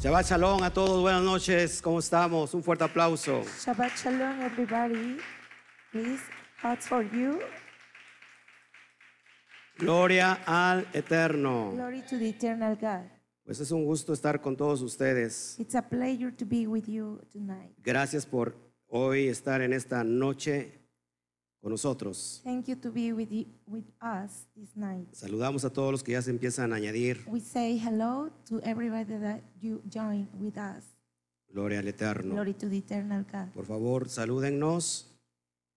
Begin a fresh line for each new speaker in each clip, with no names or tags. Shabbat Shalom a todos, buenas noches, ¿cómo estamos? Un fuerte aplauso.
Shabbat Shalom, everybody. Please, hearts for you.
Gloria al Eterno.
Glory to the eternal God.
Pues es un gusto estar con todos ustedes.
It's a pleasure to be with you tonight.
Gracias por hoy estar en esta noche con nosotros.
Thank you to be with, you, with us this night.
Saludamos a todos los que ya se empiezan a añadir.
We say hello to everybody that you join with us.
Gloria al Eterno.
Glory to the eternal God.
Por favor, salúdennos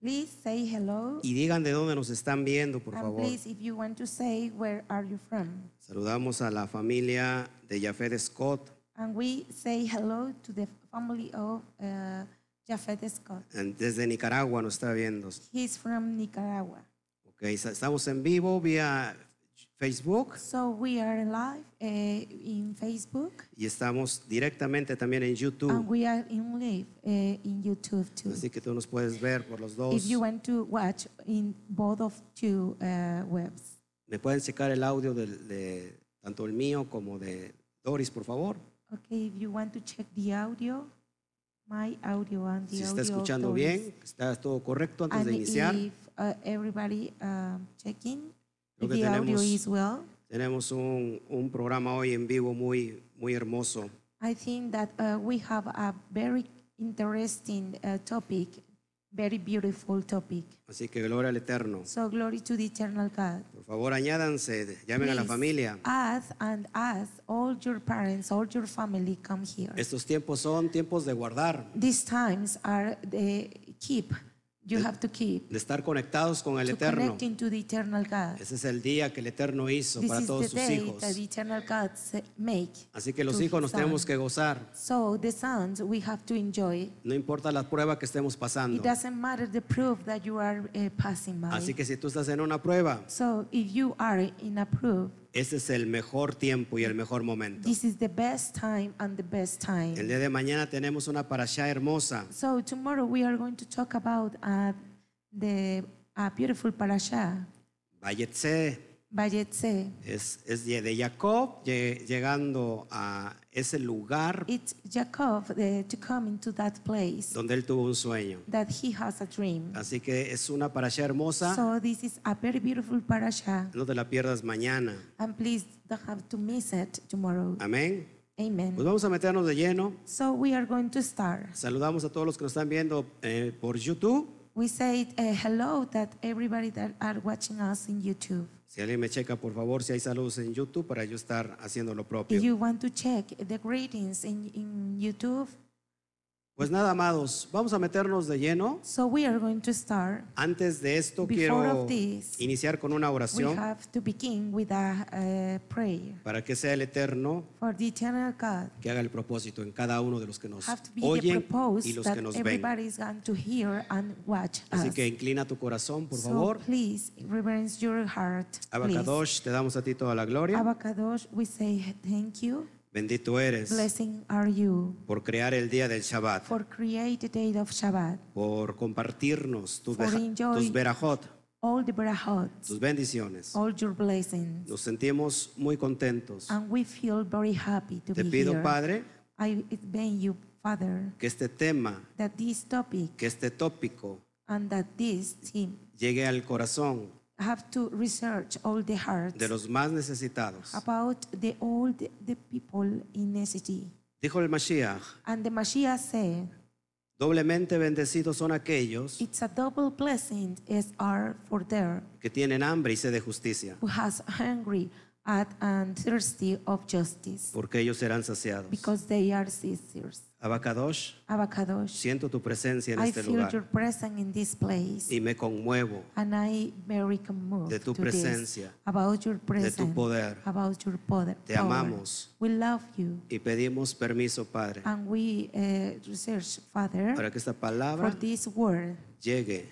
Please say hello.
y digan de dónde nos están viendo, por
and
favor.
please, if you want to say where are you from.
Saludamos a la familia de Jafet Scott
And we say hello to the family of uh, Jafet Scott.
en- desde Nicaragua, nos está viendo.
He's from Nicaragua.
Ok, sa- estamos en vivo vía Facebook
So we are live uh, in Facebook
y estamos directamente también en
and
YouTube.
we are in live uh, in YouTube too.
Así que tú nos puedes ver por los
If
dos.
you want to watch in both of two uh, webs,
Me pueden checar el audio del- de tanto el mío como de Doris, por favor.
okay. If you want to check the audio, my audio and the
Si está
audio. of
escuchando
Doris.
bien, que está todo correcto antes
And
de iniciar.
if uh, everybody um, checking,
Creo
if
que
the audio
tenemos-
is well,
Tenemos un, un programa hoy en vivo muy, muy hermoso.
I think that uh, we have a very interesting uh, topic, very beautiful topic.
Así que gloria al Eterno.
So glory to the eternal God.
Por favor, añádanse, llamen a la
Please,
familia.
Us and us, all your parents, all your family come here.
Estos tiempos son tiempos de guardar,
These times are the keep. You have to keep
de estar conectados con el
to
Eterno.
connecting to the eternal God.
Ese es el día que el Eterno hizo
This
para
is
todos
the
sus
day
hijos.
that the eternal God se- make.
Así que los
to
hijos
his
nos tenemos
son.
que gozar.
So the sons we have to enjoy.
No importa la prueba que estemos pasando.
It doesn't matter the proof that you are eh, passing by.
Así que si tú estás en una prueba,
So if you are in a proof,
ese es el mejor tiempo y el mejor momento.
this is the best time and the best time.
El día de mañana tenemos una parashá hermosa.
So tomorrow we are going to talk about uh, the uh, beautiful parasha
Vayetse
Bayetse.
es, es de de Jacob lle- llegando a ese lugar
It's Jacob uh, to come into that place
donde él tuvo un sueño.
that he has a dream.
Así que es una parashá hermosa.
So this is a very beautiful parasha,
No te la pierdas mañana.
and please don't have to miss it tomorrow.
Amén. Pues
Amen.
vamos a meternos de lleno.
So we are going to start.
Saludamos a todos los que nos están viendo eh, por YouTube.
We said uh, hello that everybody that are watching us in YouTube.
Si alguien me checa, por favor, si hay saludos en YouTube para yo estar haciendo lo propio.
If you want to check the greetings in, in YouTube,
Pues nada, amados, vamos a meternos de lleno.
so we are going to start.
Antes de esto
Before
quiero
of this,
iniciar con una
We
oración
have to begin with a uh, prayer
para que sea el Eterno
for the eternal God.
que haga el propósito en cada uno de los que nos
Have to be the
oyen
propose
y los
that
que nos ven.
everybody is going to hear and watch
Así
us.
que inclina tu corazón, por
so
favor.
please reverence your heart. please.
Abacadosh, te damos a ti toda la gloria.
Abacadosh, we say thank you.
Bendito eres
Blessing are you
por crear el día del Shabbat,
for create the day of Shabbat.
por compartirnos tus,
For
beja-
enjoy- Oh.
tus berajot,
All the brahot,
tus bendiciones.
all your blessings.
Nos sentimos muy contentos.
And we feel very happy to
Te
be
pido,
here.
Padre,
I beg you, Father,
que este tema,
that this topic
que este tópico
and that this team
llegue al corazón
have to research all the hearts
de los más necesitados.
about the all the, the people in necessity.
Dijo el Mashiach,
And the Mashiach said,
doblemente bendecidos son aquellos
"It's a double blessing is are for there
que tienen hambre y sed de justicia,
who has hungry at and thirsty of justice,
porque ellos serán saciados.
because they are sisters."
Abacadosh,
Abacadosh,
siento tu presencia en
I
este
feel your
lugar
presence in this place.
y me conmuevo
And I very moved
De tu
to this,
presencia,
about your
de
presence,
tu poder
about your poder.
Te
power.
amamos.
We love you,
y pedimos permiso, Padre,
and we uh, research, Father,
para que esta
for
palabra
this word
llegue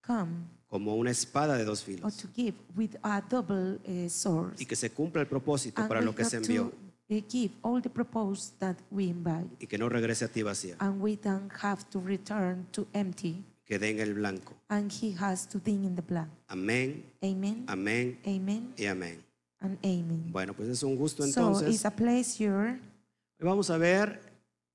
come
como una espada de dos
or
filos.
to give with a double uh, sword.
y que se cumpla el propósito
and
para
we
lo que
have
se envió
to uh, give all the proposals that we invite,
y que no regrese a ti vacía,
and we don't have to return to empty,
que den el blanco.
and He has to think in the blood.
Amén,
Amen.
amén
Amen.
y amén.
And amen.
Bueno, pues es un gusto
So
entonces.
it's a pleasure.
Hoy Hoy vamos a ver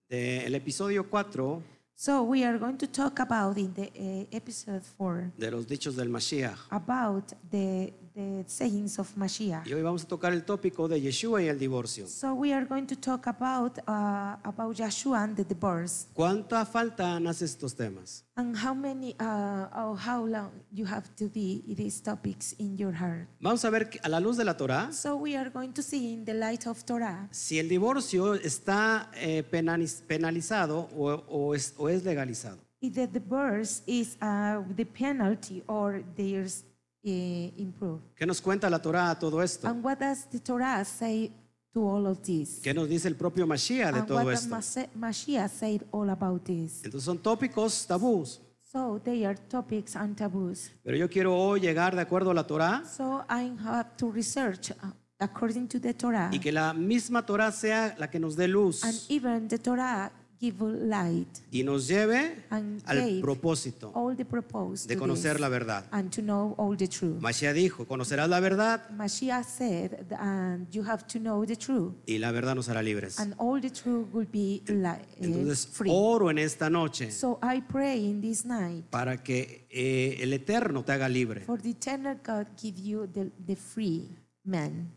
del el episodio 4
So we are going to talk about in the uh, episode four
de los dichos del Mashiach.
about the the sayings of Mashiach.
Y hoy vamos a tocar el tópico de Yeshua y el divorcio.
So we are going to talk about uh, about Yeshua and the divorce
¿Cuánta falta haces estos temas?
and how many uh, or how long you have to be in these topics in your heart.
Vamos a ver que a la luz de la Torá
So we are going to see in the light of Torah
si el divorcio está eh, penaliz- penalizado o, o es, o es legalizado.
if the divorce is uh, the penalty or there's uh, improved.
¿Qué nos cuenta la Torá a todo esto?
And what does the Torah say to all of this?
¿Qué nos dice el propio Mashiach de
and what
todo
does
esto?
Mas- Mashiach said all about this?
Entonces son tópicos tabús,
So they are topics and taboos.
pero yo quiero hoy llegar de acuerdo a la Torá
So I have to research uh, according to the Torah,
y que la misma Torá sea la que nos dé
and
luz
even the Torah give light
y nos lleve
and
al
gave
propósito
all the proposed
de
to
conocer
this
la verdad.
and to know all the truth.
Mashiach dijo, conocerás la verdad
Mashiach said, and you have to know the truth,
y la verdad nos hará libres.
and all the truth will be li- eh,
Entonces
free.
oro en esta noche
So I pray in this night
para que eh, el Eterno te haga libre.
for the eternal God give you the, the free man.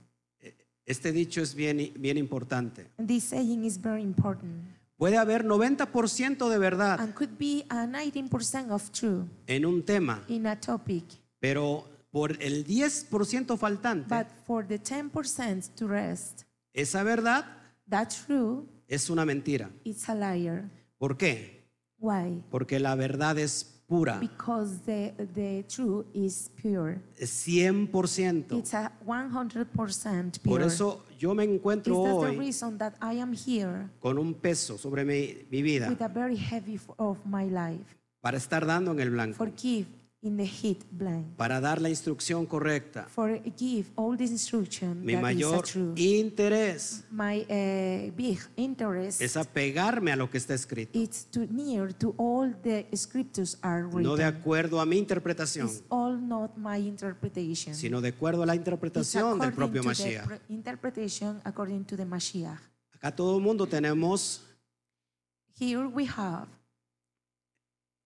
Este dicho es bien, bien importante.
And this saying is very important
Puede haber 90% de verdad
and could be a 19% of true
en un tema,
in a topic,
pero por el 10% faltante,
but for the 10% to rest,
esa verdad
that true
es una mentira.
is a liar.
¿Por qué?
Why?
Porque la verdad es pura,
Because the, the true is pure.
es 100%.
It's a 100% pure.
Por eso yo me encuentro
This is the
hoy
reason that I am here
con un peso sobre mi, mi vida
with a very heavy f- of my life.
para estar dando en el blanco,
Forgive in the heat blind.
para dar la instrucción correcta.
Forgive all the instruction
Mi
that is a
mayor
true.
interés
My uh, big interest
es apegarme a lo que está escrito,
is to near to all the scriptures are
no de
written.
acuerdo a mi interpretación,
it's all not my interpretation.
sino de acuerdo a la
it's
interpretación
according
del propio
to the
Mashiach.
pre- interpretation according to the Mashiach.
Acá todo el mundo tenemos
Here we have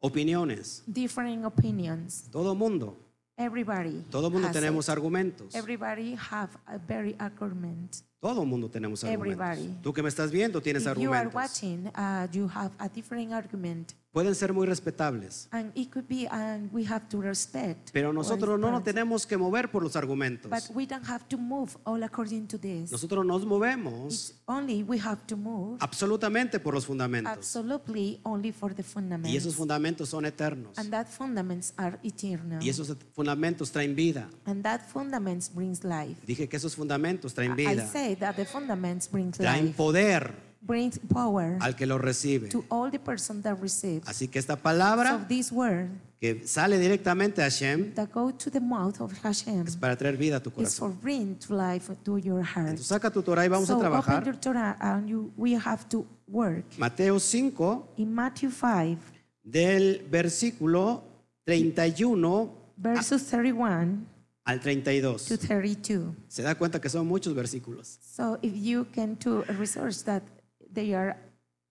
opiniones,
different opinions.
todo mundo,
Everybody.
todo mundo
has
tenemos
it.
argumentos,
Everybody have a very argument.
todo mundo tenemos argumentos.
Everybody.
Tú que me estás viendo tienes
if you are
argumentos.
watching, uh, you have a different argument,
Pueden ser muy respetables,
and it could be, and we have to respect.
pero
one's
nosotros no nos
parents.
tenemos que mover por los
But
argumentos.
we don't have to move all according to this.
Nosotros nos
It's
movemos
only we have to move
absolutamente por los fundamentos
absolutely only for the fundaments.
y esos fundamentos son eternos.
and that fundaments are eternal.
Y esos fundamentos traen vida.
and that fundaments brings life.
Dije que esos fundamentos traen
I
vida,
say that the fundaments brings
traen
life,
poder
brings power
al que lo recibe.
to all the person that receives.
Así que esta
So
palabra
this word
que sale directamente a Hashem
that go to the mouth of Hashem
es para traer vida a tu
is
corazón.
for bring to life to your heart.
Entonces saca tu Torah y vamos a
so open your
trabajar.
Torah and you, we have to work.
Mateo 5
In Matthew 5,
del versículo 31
verses
Ah.
31
al
to
32.
32.
Se da cuenta que son muchos versículos.
So if you can do a research that there are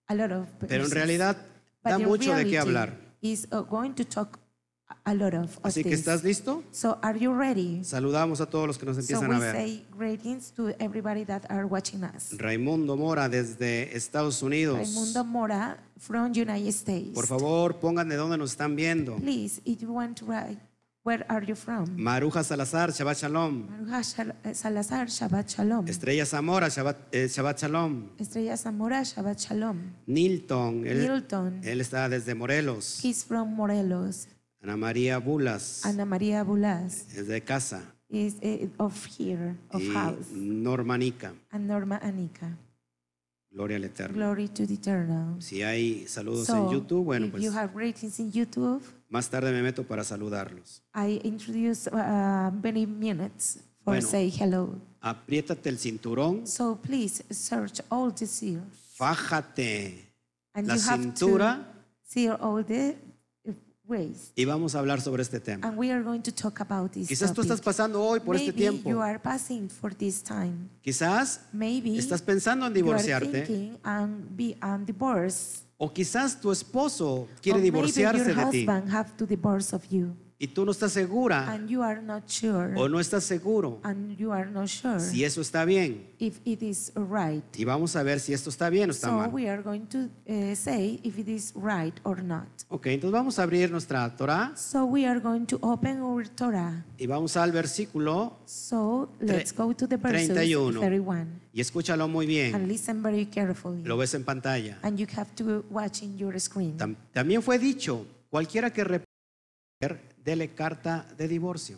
a lot of
Pero en
verses.
realidad
But
da
the
mucho de
reality
qué hablar.
Is uh, going to talk a- a lot of, of
Así que
this.
estás listo.
So are you ready?
Saludamos a todos los que nos
So
empiezan
we
a ver.
say greetings to everybody that are watching us.
Raimundo Mora desde Estados Unidos.
Raimundo Mora from United States.
Por favor, pongan de dónde nos están viendo.
Please, if you want to write, where are you from?
Maruja Salazar, Shabbat Shalom.
Maruja Shal- Salazar, Shabbat Shalom.
Estrella Zamora, Shabbat, eh, Shabbat Shalom.
Estrella Zamora, Shabbat Shalom.
Nilton, él,
Milton,
él está desde Morelos.
he's from Morelos.
Ana María Bulas,
Ana María Bulas
desde casa.
is eh, of here, of
Y
house.
Normanica,
And Norma Anica.
Gloria al Eterno.
Glory to the eternal.
Si hay saludos
So,
en YouTube, bueno,
if
pues
you have ratings in YouTube,
más tarde me meto para saludarlos.
I introduce uh, many minutes for
Bueno.
say hello.
Apriétate el cinturón,
So please search all the seer.
fájate
And
la
you have
cintura
to see all the grace.
Y vamos a hablar sobre este tema.
And we are going to talk about this
Quizás tú
topic.
estás pasando hoy por este
Ah, Maybe you
tiempo.
are passing for this time.
Quizás
Maybe
estás pensando en
you are
divorciarte.
thinking and be and divorce.
O quizás tu esposo quiere
Or maybe
divorciarse
your
de ti.
husband have to divorce of you,
Y tú no estás segura
and you are not sure,
o no estás seguro
and you are not sure
si eso está bien.
if it is right.
Y vamos a ver si esto está bien o está
So
mal.
we are going to uh, say if it is right or not.
Ok, entonces vamos a abrir nuestra Torah
So we are going to open our Torah.
y vamos al versículo
So let's go to the verses
31.
31
y escúchalo muy
and
bien.
listen very carefully.
Lo ves en pantalla.
And you have to watch in your screen.
Tam- También fue dicho, cualquiera que repudiere, dele carta de divorcio.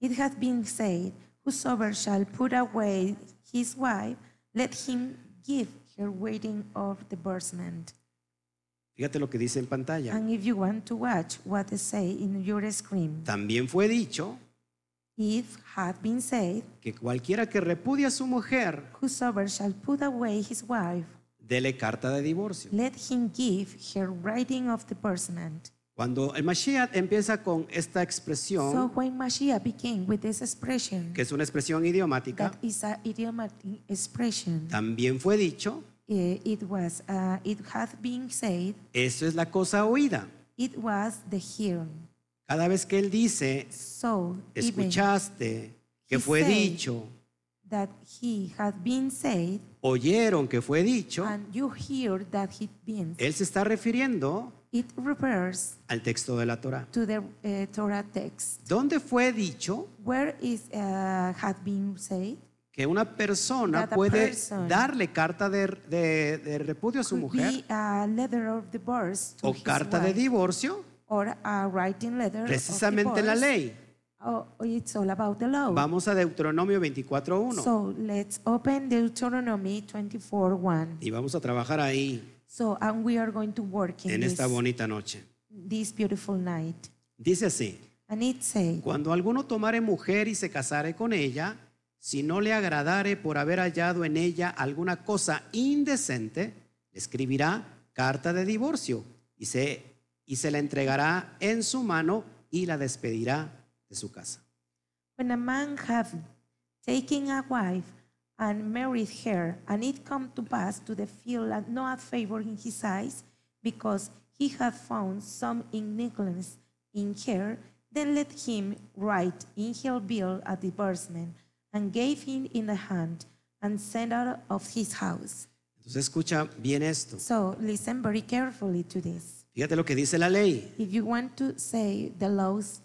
It hath been said, Whosoever shall put away his wife, let him give her waiting of divorcement.
Fíjate lo que dice en pantalla.
And if you want to watch what they say in your screen,
También fue dicho
it hath been said,
que cualquiera que repudia a su mujer,
Whosoever shall put away his wife,
dele carta de divorcio.
let him give her writing of divorcement.
Cuando el Mashiach empieza con esta
So
expresión,
when Mashiach began with this expression,
que es una expresión idiomática,
that is an idiomatic expression,
también fue dicho,
eh, it was, uh, it hath been said,
eso es la cosa oída.
it was the hearing.
Cada vez que él dice,
So even
escuchaste, que
He
fue
said-
dicho,
that he had been said,
oyeron que fue dicho,
and you hear that he been,
él se está refiriendo
it refers
al texto de la Torah.
to the uh, Torah text.
¿Dónde fue dicho
Where is uh, had been said?
que una persona
That a
puede
person
darle carta de, de- de repudio a su
Could
mujer
be a letter of divorce to
o
his
carta de
wife,
divorcio?
or a writing letter
Precisamente
of
la
divorce.
ley.
Oh, it's all about the law.
Vamos a Deuteronomio 24.1
So let's open Deuteronomy 24:1.
y vamos a trabajar ahí
So and we are going to work in
en esta
this,
bonita noche.
this beautiful night.
Dice así,
And it says.
cuando alguno tomare mujer y se casare con ella, si no le agradare por haber hallado en ella alguna cosa indecente, le escribirá carta de divorcio y se, y se la entregará en su mano y la despedirá de su casa.
When a man have taken a wife and married her, and it come to pass to the field and no favor in his eyes, because he hath found some ignorance in her, then let him write in her bill a divorcement, and gave him in the hand, and sent out of his house.
Entonces escucha bien esto.
So listen very carefully to this.
Fíjate lo que dice la ley.
If you want to say the laws,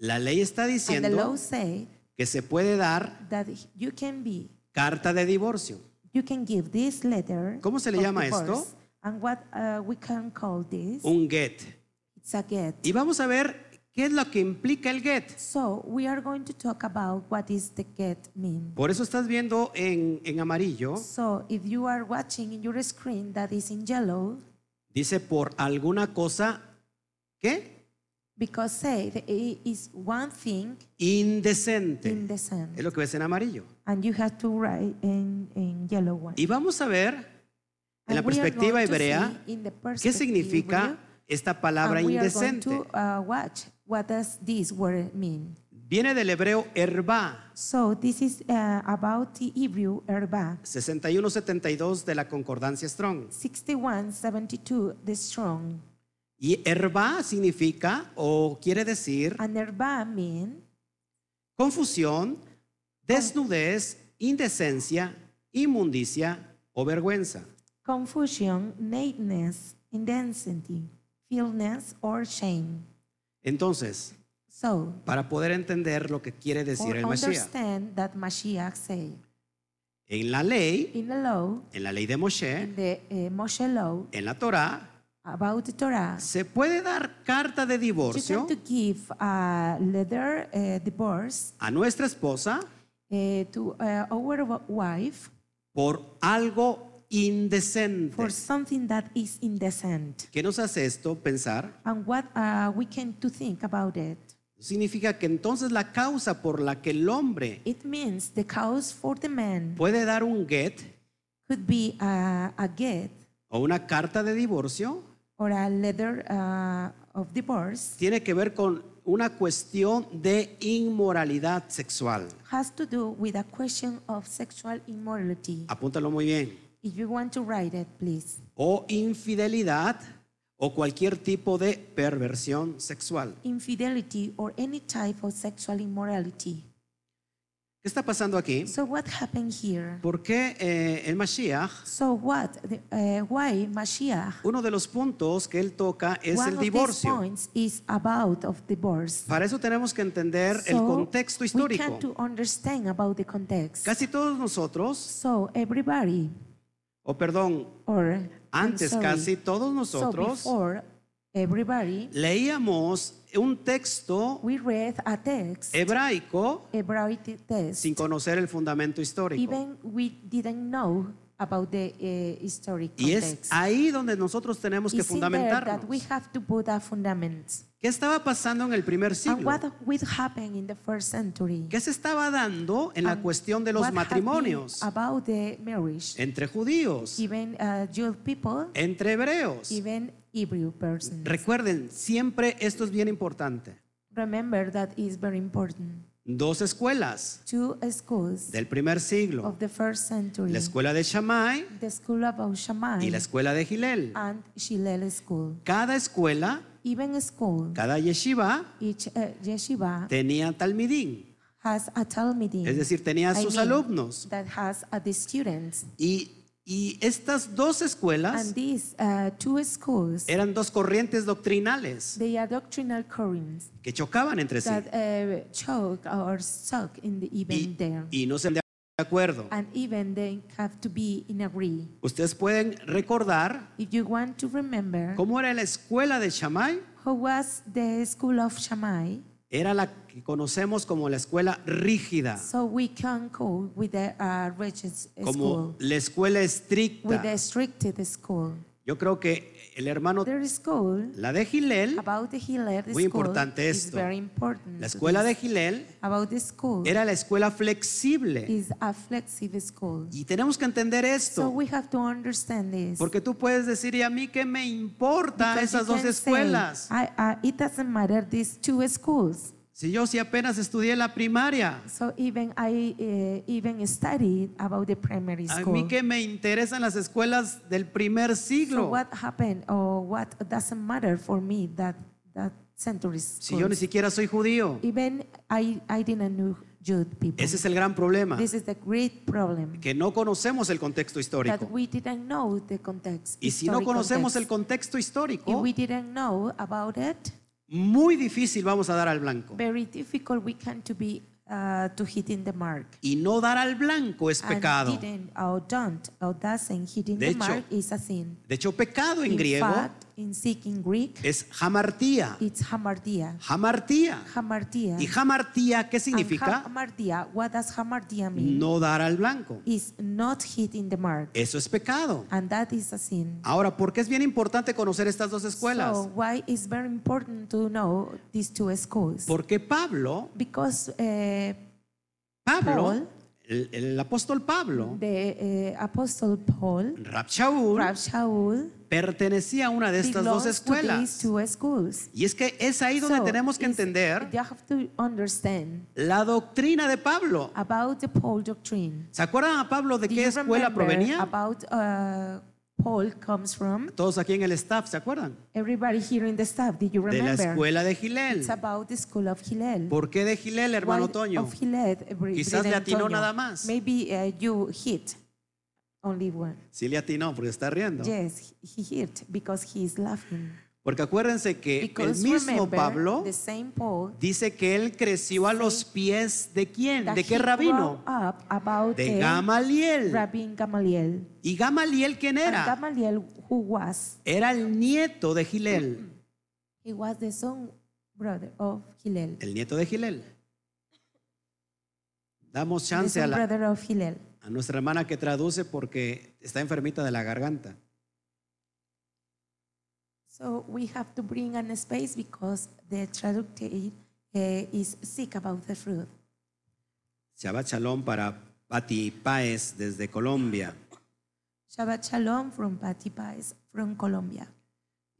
La ley está
and the
diciendo
laws say
que se puede dar
that you can be
carta de divorcio.
You can give this letter.
¿Cómo se le
of
llama esto?
divorce, And what uh, we can call this?
un get.
It's a get.
Y vamos a ver qué es lo que implica el get.
So we are going to talk about what is the get mean.
Por eso estás viendo en, en amarillo,
So if you are watching in your screen that is in yellow,
dice por alguna cosa, ¿qué?
because say the- it is one thing in
Indecente.
the
Es
sand,
lo que ves en amarillo.
and you have to write in, in yellow one.
Y vamos a ver en la
And we are
perspectiva
going to
hebrea
see in the
qué
perspective
significa
hebrea,
esta palabra
and we are going
indecente.
to uh, watch what does this word mean.
Viene del hebreo herba,
So this is uh, about the Hebrew erba
61-72 de la concordancia Strong.
6172, the strong.
Y herba significa o quiere decir
And erba mean
confusión, desnudez, indecencia, inmundicia o vergüenza.
confusion, nakedness, indensity, feelness, or shame.
Entonces,
So,
para poder entender lo que quiere decir
or
el Mesías,
understand that Mashiach say
en la ley,
in the law,
en la ley de Moshe,
in the uh, Moshe law
en la Torá,
about the Torah,
se puede dar carta de
you have
divorcio
to give a letter uh, divorce
a nuestra esposa
uh, to uh, our wa- wife
por algo indecente.
for something that is indecent.
¿Qué nos hace esto pensar?
and what uh, we can to think about it.
Significa que entonces la causa por la que el hombre
It means the cause for the man
puede dar un get
could be uh, a, a get
o una carta de divorcio
or a letter uh, of divorce
tiene que ver con una cuestión de inmoralidad sexual.
has to do with a question of sexual immorality.
Apúntalo muy bien.
If you want to write it, please.
O infidelidad o cualquier tipo de perversión sexual.
Infidelity or any type of sexual immorality.
¿Qué está pasando aquí?
So what happened here?
¿Por qué eh, el Mashiach,
So what? the- uh, why Mashiach?
uno de los puntos que él toca es
One
el
of these
divorcio?
points is about of divorce.
Para eso tenemos que entender el
So,
contexto
We have to
histórico.
understand about the context.
Casi todos nosotros,
so everybody,
o perdón,
or I'm
antes
sorry,
casi todos
so
nosotros,
before everybody,
leíamos un texto
we read a text,
hebraico
Hebraic text,
sin conocer el fundamento histórico.
even we didn't know about the uh, historic
Y es
context.
ahí donde nosotros tenemos que
It's in there that we
fundamentarnos.
have to put a fundament.
¿Qué estaba pasando en el primer
And
siglo?
what will happen in the first century?
¿Qué se estaba dando en la
And
cuestión de los
what happened
matrimonios
About the marriage,
entre judíos,
even uh, Jewish people,
entre hebreos?
even Hebrew persons.
Recuerden, siempre esto es bien importante.
Remember that is very important.
Dos escuelas
Two schools
del primer siglo,
of the first century,
la escuela de Shammai
the school of Shammai
y la escuela de Gilel.
and Shilel school.
Cada escuela,
Even school,
cada yeshiva
each uh, yeshiva
tenía talmidín,
has a Talmudim
es decir, tenía
I
sus
mean,
alumnos.
that has uh, the students.
Y, y estas dos escuelas
And these uh, two schools,
eran dos corrientes doctrinales
they are doctrinal currents
que chocaban entre sí
that uh, choke or stuck in the
y,
even there.
y no se de acuerdo.
and even they have to be in agree.
Ustedes pueden recordar
If you want to remember,
cómo era la escuela de Shammai,
who was the school of Shammai,
era la que conocemos como la escuela rígida,
so we can go with the uh, rigid
como
school,
la escuela
with
estricta.
the stricted school.
Yo creo que el hermano,
Their school
la de Gilel,
about the Hillel
Muy
school
importante
is
esto.
very important.
la
to
escuela de
this.
Gilel
about the school
era la escuela flexible.
is a flexible school.
Y tenemos que entender
So
esto.
we have to understand this.
Porque tú puedes decir, ¿y a mí qué me importa
because you
esas dos
can say,
escuelas?
I, I, it doesn't matter these two schools.
Si yo sí apenas estudié la primaria,
So even I uh, even studied about the primary
¿a
school.
mí qué me interesan las escuelas del primer
So
siglo?
what happened or what doesn't matter for me that that century
Si
school.
yo ni siquiera soy judío.
Even I I didn't know Jude people.
Ese es el gran problema,
This is the great problem
que no conocemos el contexto
that
histórico.
we didn't know the context.
Y si no
historic
conocemos el
context.
contexto
if
histórico,
we didn't know about it,
muy difícil vamos a dar al blanco.
very difficult we can to be uh, to hit in the mark.
Y no dar al blanco es pecado.
And didn't or don't or doesn't hit in
De
the
hecho,
mark is a sin.
De hecho, pecado en
in
griego
fact, in Sikh, in Greek,
es hamartía.
it's hamartia.
Hamartía.
Hamartia.
¿Y hamartía qué
And
significa?
hamartia, what does hamartia mean?
No dar al blanco.
Is not hitting the mark.
Eso es pecado.
And that is a sin.
Ahora, ¿por qué es bien importante conocer estas dos escuelas?
So why it's very important to know these two schools?
Porque Pablo,
because uh,
Pablo,
Paul.
el, el apóstol Pablo,
the uh, Apostle Paul,
Rab Shaul,
Rav Shaul,
pertenecía a una de estas dos
belongs to these
escuelas.
two schools.
Y es que es ahí donde
So,
tenemos que
it's-
entender
You have to understand
la doctrina de Pablo.
about the Paul doctrine.
¿Se acuerdan a Pablo de
Do
qué
you
escuela
remember
provenía?
About uh, Paul comes from
Todos aquí en el staff, ¿se acuerdan?
everybody here in the staff. Did you
De la
remember?
escuela de Gilel.
It's about the school of Hillel.
¿Por qué de Gilel,
Why
hermano Toño?
Of Hillel, eh, Bri-
Quizás le
Briden
atinó
Toño.
nada más.
Maybe uh, you hit only one.
Sí le atinó, porque está riendo.
Yes, he hit because he is laughing.
Porque acuérdense que Eh, el
Because
mismo
remember,
Pablo
the same Paul,
dice que él creció a los pies de quién,
that
de
he
qué rabino,
grew up about
de
the
Gamaliel.
Rabin Gamaliel.
¿Y Gamaliel quién
And
era?
Gamaliel, who was
Era el nieto de Gilel,
He was the son brother of Hillel.
el nieto de Gilel. Damos
The
chance a
son
la,
brother of Hillel.
a nuestra hermana que traduce porque está enfermita de la garganta.
So we have to bring an space because the traductor is sick about the fruit.
Shabbat Shalom para Pati Páez desde Colombia.
Shabbat Shalom from Patty Pais from Colombia.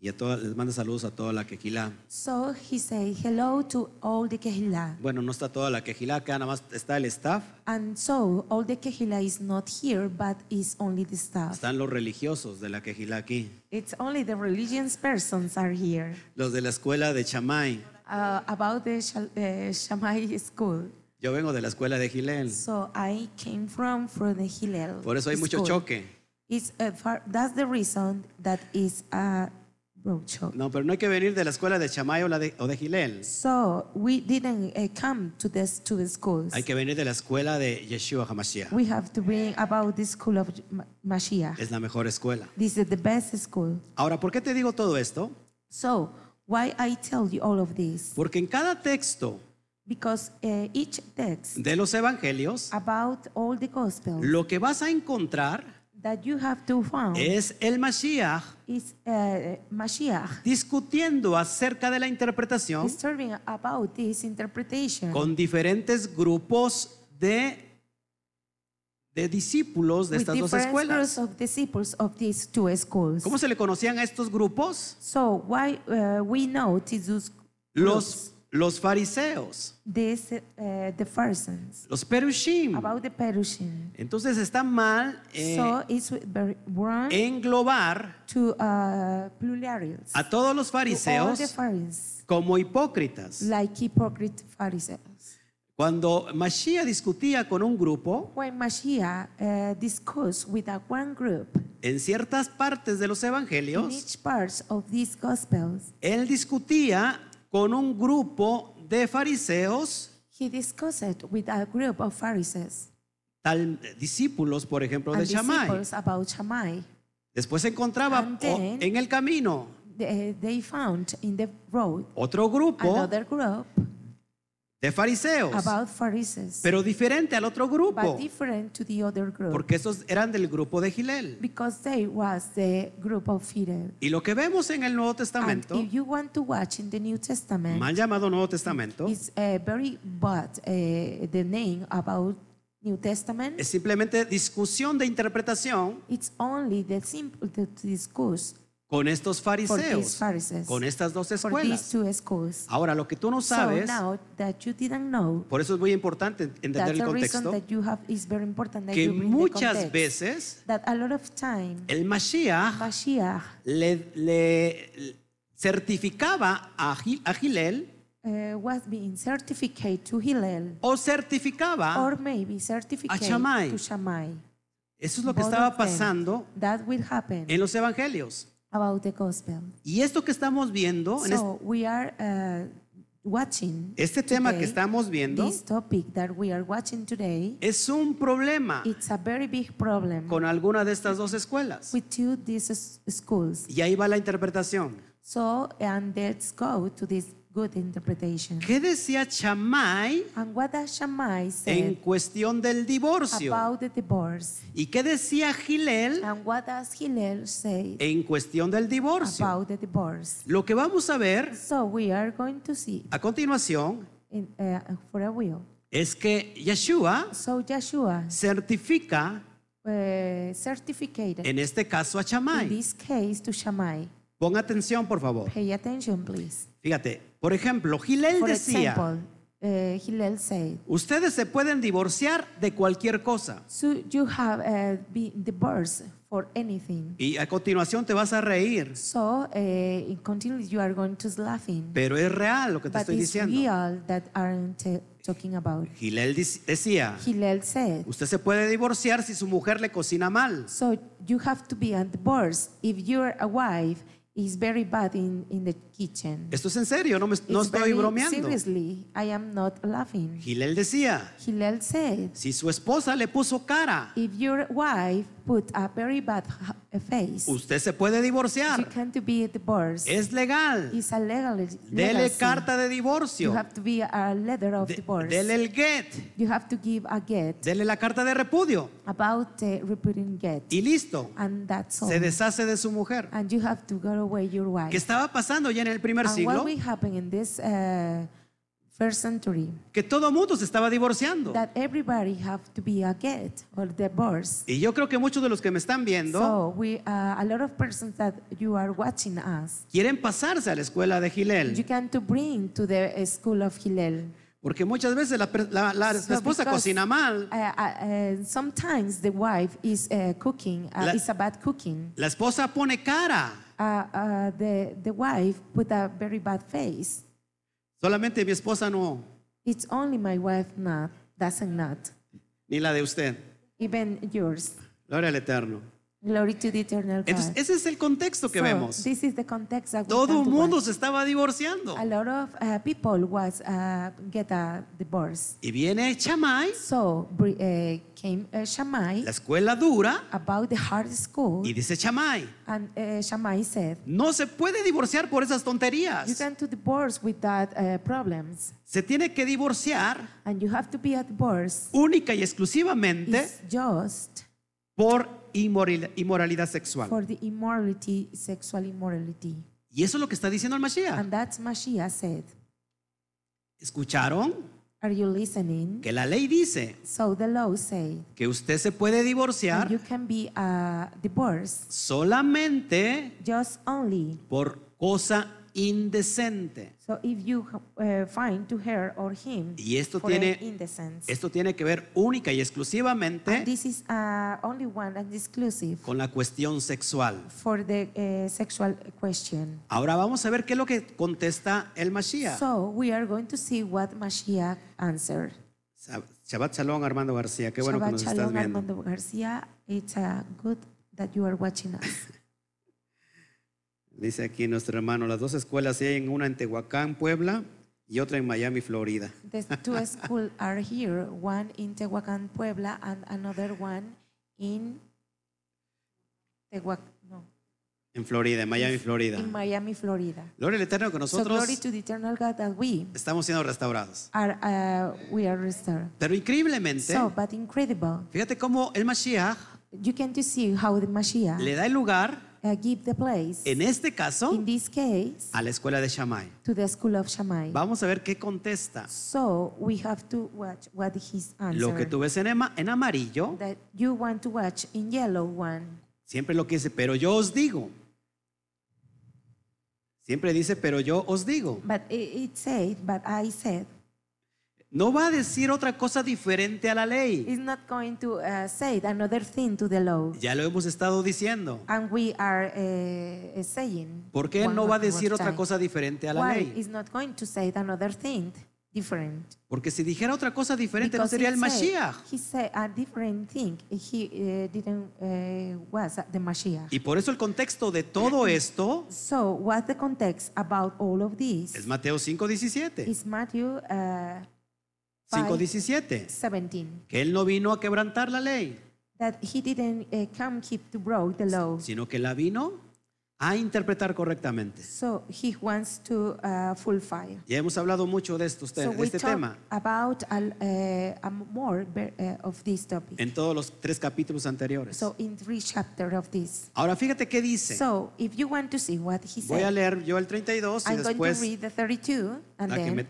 Y a todas, les manda saludos a toda la Quejilá.
So he said hello to all the Kehillah.
Bueno, no está toda la Quejilá, acá nada más está el staff,
And so all the Kehillah is not here, but is only the staff.
están los religiosos de la Quejilá aquí.
It's only the religious persons are here.
Los de la escuela de Chamay.
Uh, about the Shal- uh, Shammai school.
Yo vengo de la escuela de Gilel.
So I came from from the Hillel.
Por eso hay mucho
school.
choque.
It's a far, that's the reason that is a road show.
No, pero no hay que venir de la escuela de Chamay o, la de, o de Gilel.
So we didn't uh, come to this to the schools.
Hay que venir de la escuela de Yeshua Hamashiach.
We have to bring about the school of Ma- Mashiach.
Es la mejor escuela.
This is the best school.
Ahora, ¿por qué te digo todo esto?
So why I tell you all of this?
Porque en cada texto
Because uh, each text
de los evangelios,
about all the gospel
lo que vas a encontrar
that you have to find
es el Mashiach
is uh, Mashiach.
discutiendo acerca de la interpretación
Is serving about this interpretation
con diferentes grupos de, de discípulos de
with
estas dos
different
escuelas.
groups of disciples of these two schools.
¿Cómo se le conocían a estos grupos?
So why uh, we know these
Los, los fariseos,
this uh, the persons
los perushim.
about the perishing.
Entonces está mal eh,
so it's very wrong
englobar
to uh, plurals.
a todos los
to all the
fariseos
Pharisees,
como hipócritas.
like hypocrite Pharisees.
Cuando Mashiach discutía con un grupo,
When Mashiach uh, discussed with a one group
en ciertas partes de los
in
evangelios,
each part of these gospels,
él discutía con un grupo de fariseos,
he discussed with a group of Pharisees
tal, discípulos, por ejemplo, de
and
Shammai.
disciples about Shammai.
Después se encontraba
And
o-
then-
en el camino
They, uh, they found in the road
otro grupo
another group
de fariseos,
about Pharisees,
pero diferente al otro
but
grupo,
different to the other group
porque esos eran del grupo de Gilel.
because they was the group of Philip.
Y lo que vemos en el Nuevo
And
Testamento,
if you want to watch in the New Testament,
mal llamado Nuevo Testamento,
It's uh, very bad uh, the name about New Testament.
es simplemente discusión de interpretación
It's only the simple the discourse
con estos
for these
fariseos,
Pharisees,
con estas dos
for these
escuelas.
two schools.
Ahora, lo que tú no
So
sabes,
now that you didn't know,
por eso es muy importante entender
that's
el
the reason
contexto,
that you have is very important that
que
you bring the
muchas
context,
veces
that a lot of time
el Mashiach
Mashiach
le, le certificaba a, Gil- a Gilel
uh, was being certificate to Hillel
o certificaba,
or maybe certificate
Ah. Shammai.
to Shammai.
eso es lo que
both of
estaba
them.
pasando
That will happen
en los evangelios.
about the gospel.
Y esto que estamos viendo, Oh, en
So we are uh, watching
este, este tema que
today,
estamos viendo,
this topic that we are watching today.
es un problema
It's a very big problem
con alguna de estas dos escuelas.
with two these s- schools.
Y ahí va la interpretación.
So and let's go to this good interpretation.
¿Qué decía Chamay
And what does Shammai
en
said
cuestión del divorcio?
about the divorce?
¿Y qué decía Gilel
And what does Hillel say
en cuestión del divorcio?
about the divorce?
Lo que vamos a ver
So we are going to see
a continuación
in, uh, for a while.
es que Yeshua
So Joshua
certifica,
uh, certificated
en este caso a
in
Chamay.
this case to Shammai.
Pon atención, por favor.
Pay attention, please.
Fíjate, por ejemplo, Gilel
For
decía,
example, uh, Hillel said,
ustedes se pueden divorciar de cualquier cosa.
"So you have uh, been divorced for anything."
Y a continuación te vas a reír,
So uh, in continue, you are going to laughing.
pero es real lo que te
But
estoy
it's
diciendo.
real that aren't uh, talking about.
Gilel dic- decía,
Hillel said,
Usted se puede divorciar si su mujer le cocina mal.
"So you have to be a divorce if your wife is very bad in, in the kitchen."
Esto es en serio, no, me- no
It's
estoy
very-
bromeando.
Seriously, I am not laughing.
Gilel decía,
Hillel said,
si su esposa le puso cara,
"If your wife put a very bad ha- face."
usted se puede
You
divorciar.
can't be divorced.
Es legal.
It's a legal
Eh, Dele
legacy.
carta de
You
divorcio.
have to be a letter of
De-
divorce.
dele el get.
You have to give a get
Dele la carta de repudio.
about the reputing get,
Y listo.
and that's all.
Se deshace de su mujer.
And you have to go away your
¿Qué
wife.
estaba pasando ya en el primer
And what
siglo?
will happen in this uh, first century
que todo mundo se estaba divorciando.
that everybody have to be a get or divorce.
Y yo creo que muchos de los que me están viendo
So we uh, a lot of persons that you are watching us.
quieren pasarse a la escuela de
You
Gilel,
can to bring to the uh, school of Hillel.
porque muchas veces la, per- la- la- la
So
esposa
because,
cocina mal,
Uh, uh, uh, sometimes the wife is uh, cooking uh,
La-
is a bad cooking.
la esposa pone cara.
Uh, uh, the the wife put a very bad face.
Solamente mi esposa no,
It's only my wife not doesn't not
ni la de usted.
even yours.
Gloria al Eterno.
Glory to the eternal God.
Entonces, ese es el contexto que
So,
vemos.
This is the context that we
Todo
come to
mundo
watch.
se estaba divorciando.
A lot of uh, people was uh, get a divorce.
Y viene Chamay,
So br- uh, came uh, Shammai
la escuela dura,
about the hard school,
y dice Chamay,
and uh, Shammai said,
no se puede divorciar por esas
"You
tonterías.
can to divorce without uh, problems,
Se tiene que divorciar
and you have to be a divorce.
única y exclusivamente
It's just
por inmoril- inmoralidad sexual.
for the immorality, sexual immorality,
Y eso es lo que está diciendo el Mashiach.
and that's Mashiach said.
¿Escucharon?
Are you listening?
Que la ley dice
So the law say
que usted se puede
and you
divorciar
can be a divorce
solamente
just only
por cosa indecente.
So if you uh, find to her or him
Y esto
for an
tiene-
indecence,
Esto tiene que ver única y exclusivamente
and this is uh, only one and exclusive
con la cuestión sexual.
for the uh, sexual question.
Ahora vamos a ver qué es lo que contesta el Mashiach.
So we are going to see what Mashiach answered.
Sab- Shabbat Shalom, Armando García. Qué bueno que
Shabbat
nos estás
Shalom,
viendo.
Armando Garcia. It's uh, good that you are watching us.
Dice aquí nuestro hermano, las dos escuelas hay en una en Tehuacán, Puebla, y otra en Miami, Florida.
the two schools are here, one in Tehuacan, Puebla, and another one in Tehuac no,
En Florida, en Miami, Florida.
in Miami, Florida.
Gloria al Eterno que
So
nosotros
glory to the eternal God that we
estamos siendo restaurados.
are uh, we are restored.
Pero increíblemente,
So, Ah. but incredible,
fíjate cómo el Mashiach
you can to see how the Mashiach
le da el lugar,
uh, give the place.
en este
In
caso,
this case,
a la escuela de Shammai.
to the school of Shammai.
Vamos a ver qué contesta.
So we have to watch what his
Lo que
answer
tú ves en, ema- en amarillo,
that you want to watch in yellow one.
siempre lo que dice, pero yo os digo. Siempre dice, pero yo os digo.
But it, it said, but I said,
No va a decir otra cosa diferente a la ley.
it's not going to uh, say another thing to the law.
Ya lo hemos estado diciendo.
And we are uh, saying.
¿Por qué
one
no va a
more
decir otra
time.
cosa diferente a la
Why
ley?
is not going to say another thing different?
Porque si dijera otra cosa diferente no
Because
sería el
he said-
Mashiach.
He said a different thing. He uh, didn't uh, was the Mashiach.
Y por eso el contexto de todo esto
So what's the context about all of this?
es Mateo 5:17.
Is Matthew uh, 5,
5:17.
17
Que él no vino a quebrantar la ley,
that he didn't uh, come here to break the law.
sino que la vino a interpretar correctamente.
So he wants to uh, fulfill.
Ya hemos hablado mucho de esto, usted-
So
de
we
este
talk
tema
about a, uh, a more ver- uh, of this topic.
en todos los tres capítulos anteriores.
So in three chapters of this.
Ahora fíjate qué dice.
So if you want to see what he
Voy a
said,
leer yo el 32 y
I'm going to
después
read the 32 and
la, que
then
me-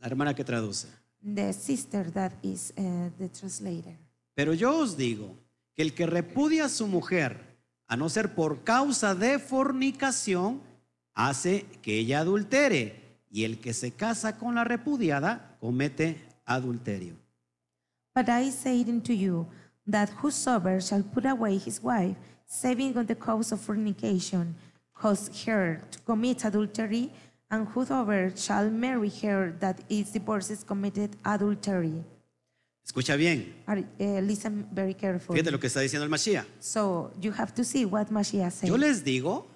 la hermana que traduce.
the sister that is uh, the translator.
Pero yo os digo que el que repudia a su mujer, a no ser por causa de fornicación, hace que ella adultere. Y el que se casa con la repudiada comete adulterio.
But I say unto you that whosoever shall put away his wife, saving on the cause of fornication, cause her to commit adultery, and whosoever shall marry her that is divorced committed adultery.
Escucha bien,
Are- eh, listen very carefully.
fíjate lo que está diciendo el Mashiach.
So you have to see what Mashiach said.
Yo les digo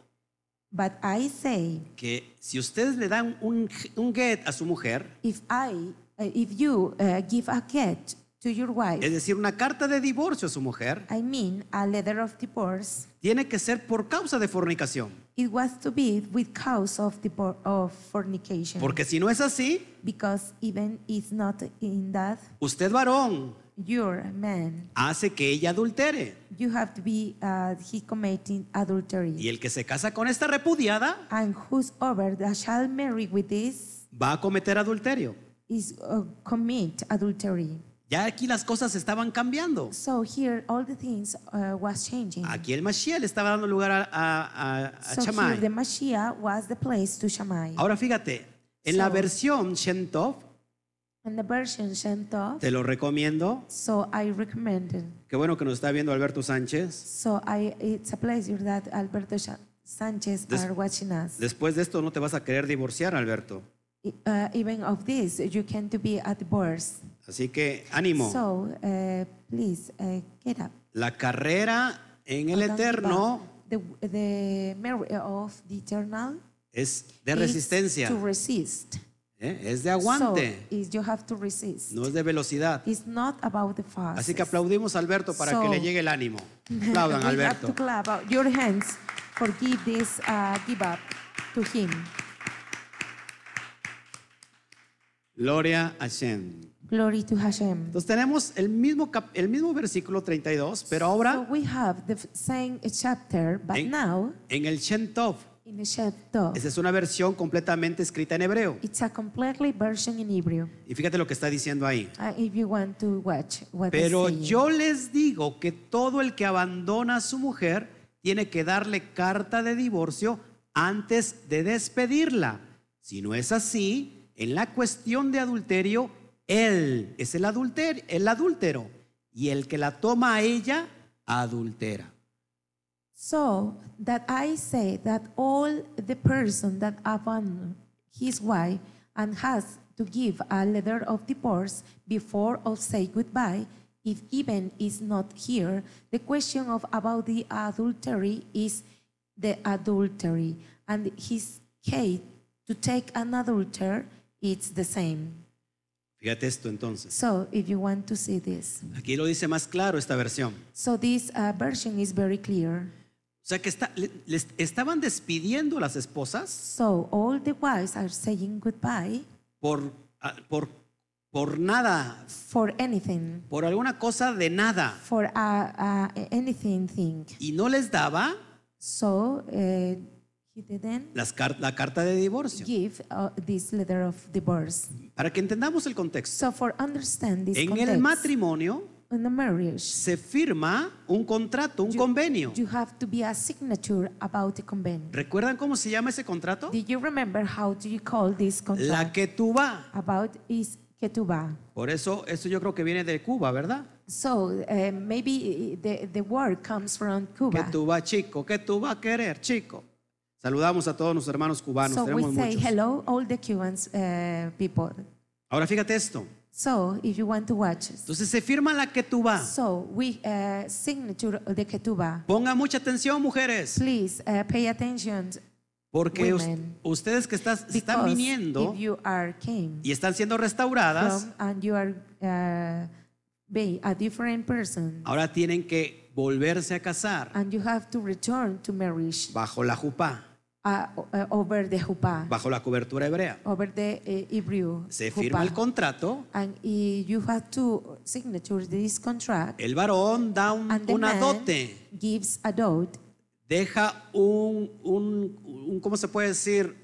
But I say,
que si ustedes le dan un, un get a su mujer,
if I, uh, if you uh, give a get to your wife,
es decir, una carta de divorcio a su mujer,
I mean a letter of divorce,
tiene que ser por causa de fornicación.
it was to be with cause of divor- of fornication.
Porque si no es así,
because even it's not in that
usted varón
you're a man,
hace que ella adultere.
you have to be uh, he committing adultery.
Y el que se casa con esta repudiada
And whosoever that shall marry with this
va a cometer adulterio.
is uh, commit adultery.
Ya aquí las cosas estaban cambiando.
So here all the things uh, was changing.
Aquí el Mashiach le estaba dando lugar a, a, a- a
so
Shammai.
here the Mashiach was the place to Shammai.
Ahora fíjate, en la
So-
versión Shem Tov,
And the version Shem Tov,
te lo recomiendo.
so I recommend it.
Qué bueno que nos está viendo Alberto Sánchez.
So I, it's a pleasure that Alberto Sha- Sanchez
Des-
are watching us.
Después de esto no te vas a querer divorciar, Alberto.
E- uh, even of this, you can to be at divorce.
Así que ánimo.
So uh, please uh, get up.
la carrera en el
Don't give
eterno
up. The, the merit of the eternal
es de
is
resistencia,
to resist.
¿eh? es de
So
aguante,
is you have to resist.
no es de velocidad.
It's not about the fast.
Así que aplaudimos a Alberto para que
So-
le llegue el ánimo. Aplaudan,
We have to
Alberto.
clap out your hands for give this uh, give up to him.
Gloria a Shem.
Glory to Hashem.
Entonces tenemos el mismo, cap- el mismo versículo 32, pero
so
ahora
we have the f- same chapter, but
En-
now
en el Shem Tov.
in the chapter,
Esa es una versión completamente escrita en hebreo.
it's a completely version in Hebrew.
Y fíjate lo que está diciendo ahí.
Uh, if you want to watch what they
Pero
saying.
yo les digo que todo el que abandona a su mujer tiene que darle carta de divorcio antes de despedirla. Si no es así, en la cuestión de adulterio, él es el, adulter- el adúltero y el que la toma a ella adultera.
So that I say that all the person that abandon his wife and has to give a letter of divorce before of say goodbye, if even is not here, the question of about the adultery is the adultery, and his case to take an adulterer, it's the same.
Fíjate esto entonces.
So if you want to see this,
Aquí lo dice más claro esta versión.
so this uh, version is very clear.
O sea que está- le- les estaban despidiendo a las esposas
So all the wives are saying goodbye.
por, ah, por, por nada,
for anything,
por alguna cosa de nada.
for a, a anything thing.
y no les daba
So uh, he didn't
las car- la carta de divorcio.
give uh, this letter of divorce.
Para que entendamos el contexto,
So for understand this
en el
context,
matrimonio
in the marriage,
se firma un contrato, un convenio.
you have to be a signature about the convent.
¿Recuerdan cómo se llama ese contrato?
Do you remember how do you call this
La
contract?
que tú va.
about is ketubah.
Por eso, eso yo creo que viene de Cuba, ¿verdad?
So uh, maybe the, the word comes from
Que
Cuba.
tú va, chico, que tú va a querer, chico. Saludamos a todos nuestros hermanos cubanos,
so we
tenemos
say
muchos.
hello all the Cubans uh, people.
Ahora fíjate esto.
So if you want to watch
Entonces se firma la que tú va.
So we uh, signature de Ketubah.
Ponga mucha atención, mujeres,
Please uh, pay attention
porque us-
women.
ustedes que estás, están
because
viniendo
if you are came
y están siendo restauradas,
from and you are uh, be a different person
Ahora tienen que volverse a casar
and you have to return to marriage
bajo la jupá,
uh, uh, over the hupa,
bajo la cobertura hebrea.
over the uh, Hebrew
Se firma el
huppah.
contrato,
and i- you have to signature this contract
el varón da un-
and the
Eh, una
man
dote,
gives a dot
deja un, un- un- ¿cómo se puede decir?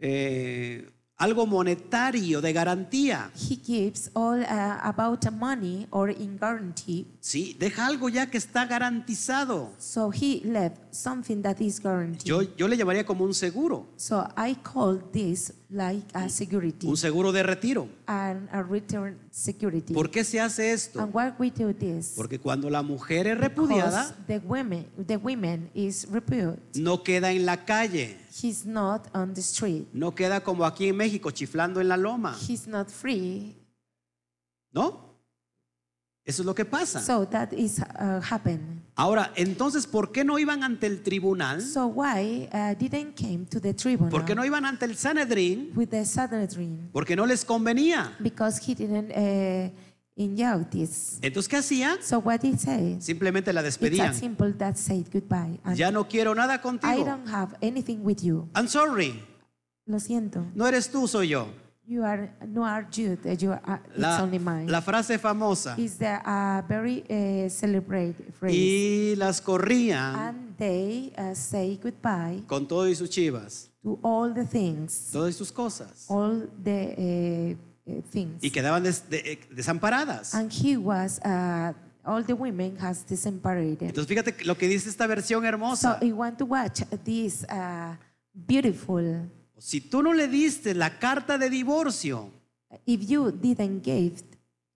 Eh, algo monetario de garantía.
he gives all uh, about a money or in guarantee
Sí, deja algo ya que está garantizado.
So he left something that is guaranteed.
Yo, yo le llamaría como un seguro,
so I call this like a security
un seguro de retiro.
and a return security.
¿Por qué se hace esto?
And why we do this?
Porque cuando la mujer es
Because
repudiada,
the women, the women is repudiated.
no queda en la calle.
He's not on the street.
No queda como aquí en México chiflando en la loma,
He's not free.
¿no? Eso es lo que pasa.
So that is uh, happened.
Ahora, entonces, ¿por qué no iban ante el tribunal?
So why uh, didn't came to the tribunal
Mm. ¿Por qué no iban ante el Sanedrín?
with the sudden dream?
Porque no les convenía.
Because he didn't uh, enjoy this.
Entonces, ¿qué hacían?
So what did he say?
Simplemente la
It's a
despedían.
simple that said goodbye. And
Ya no quiero nada
I
contigo.
don't have anything with you.
I'm sorry.
Lo siento.
No eres tú, soy yo.
You are no are you. that You are, uh, it's
La,
only mine.
la frase famosa.
It's the uh, very uh, celebrated phrase.
Y las corrían
and they uh, say goodbye
con todo y sus chivas,
to all the things, Oh,
todas sus cosas.
all the uh, uh, things.
y quedaban des- de- eh, desamparadas.
And he was, uh, all the women has disempowered. him.
Entonces fíjate lo que dice esta versión
So
hermosa.
you want to watch this uh, beautiful.
Si tú no le diste la carta de divorcio,
If you didn't give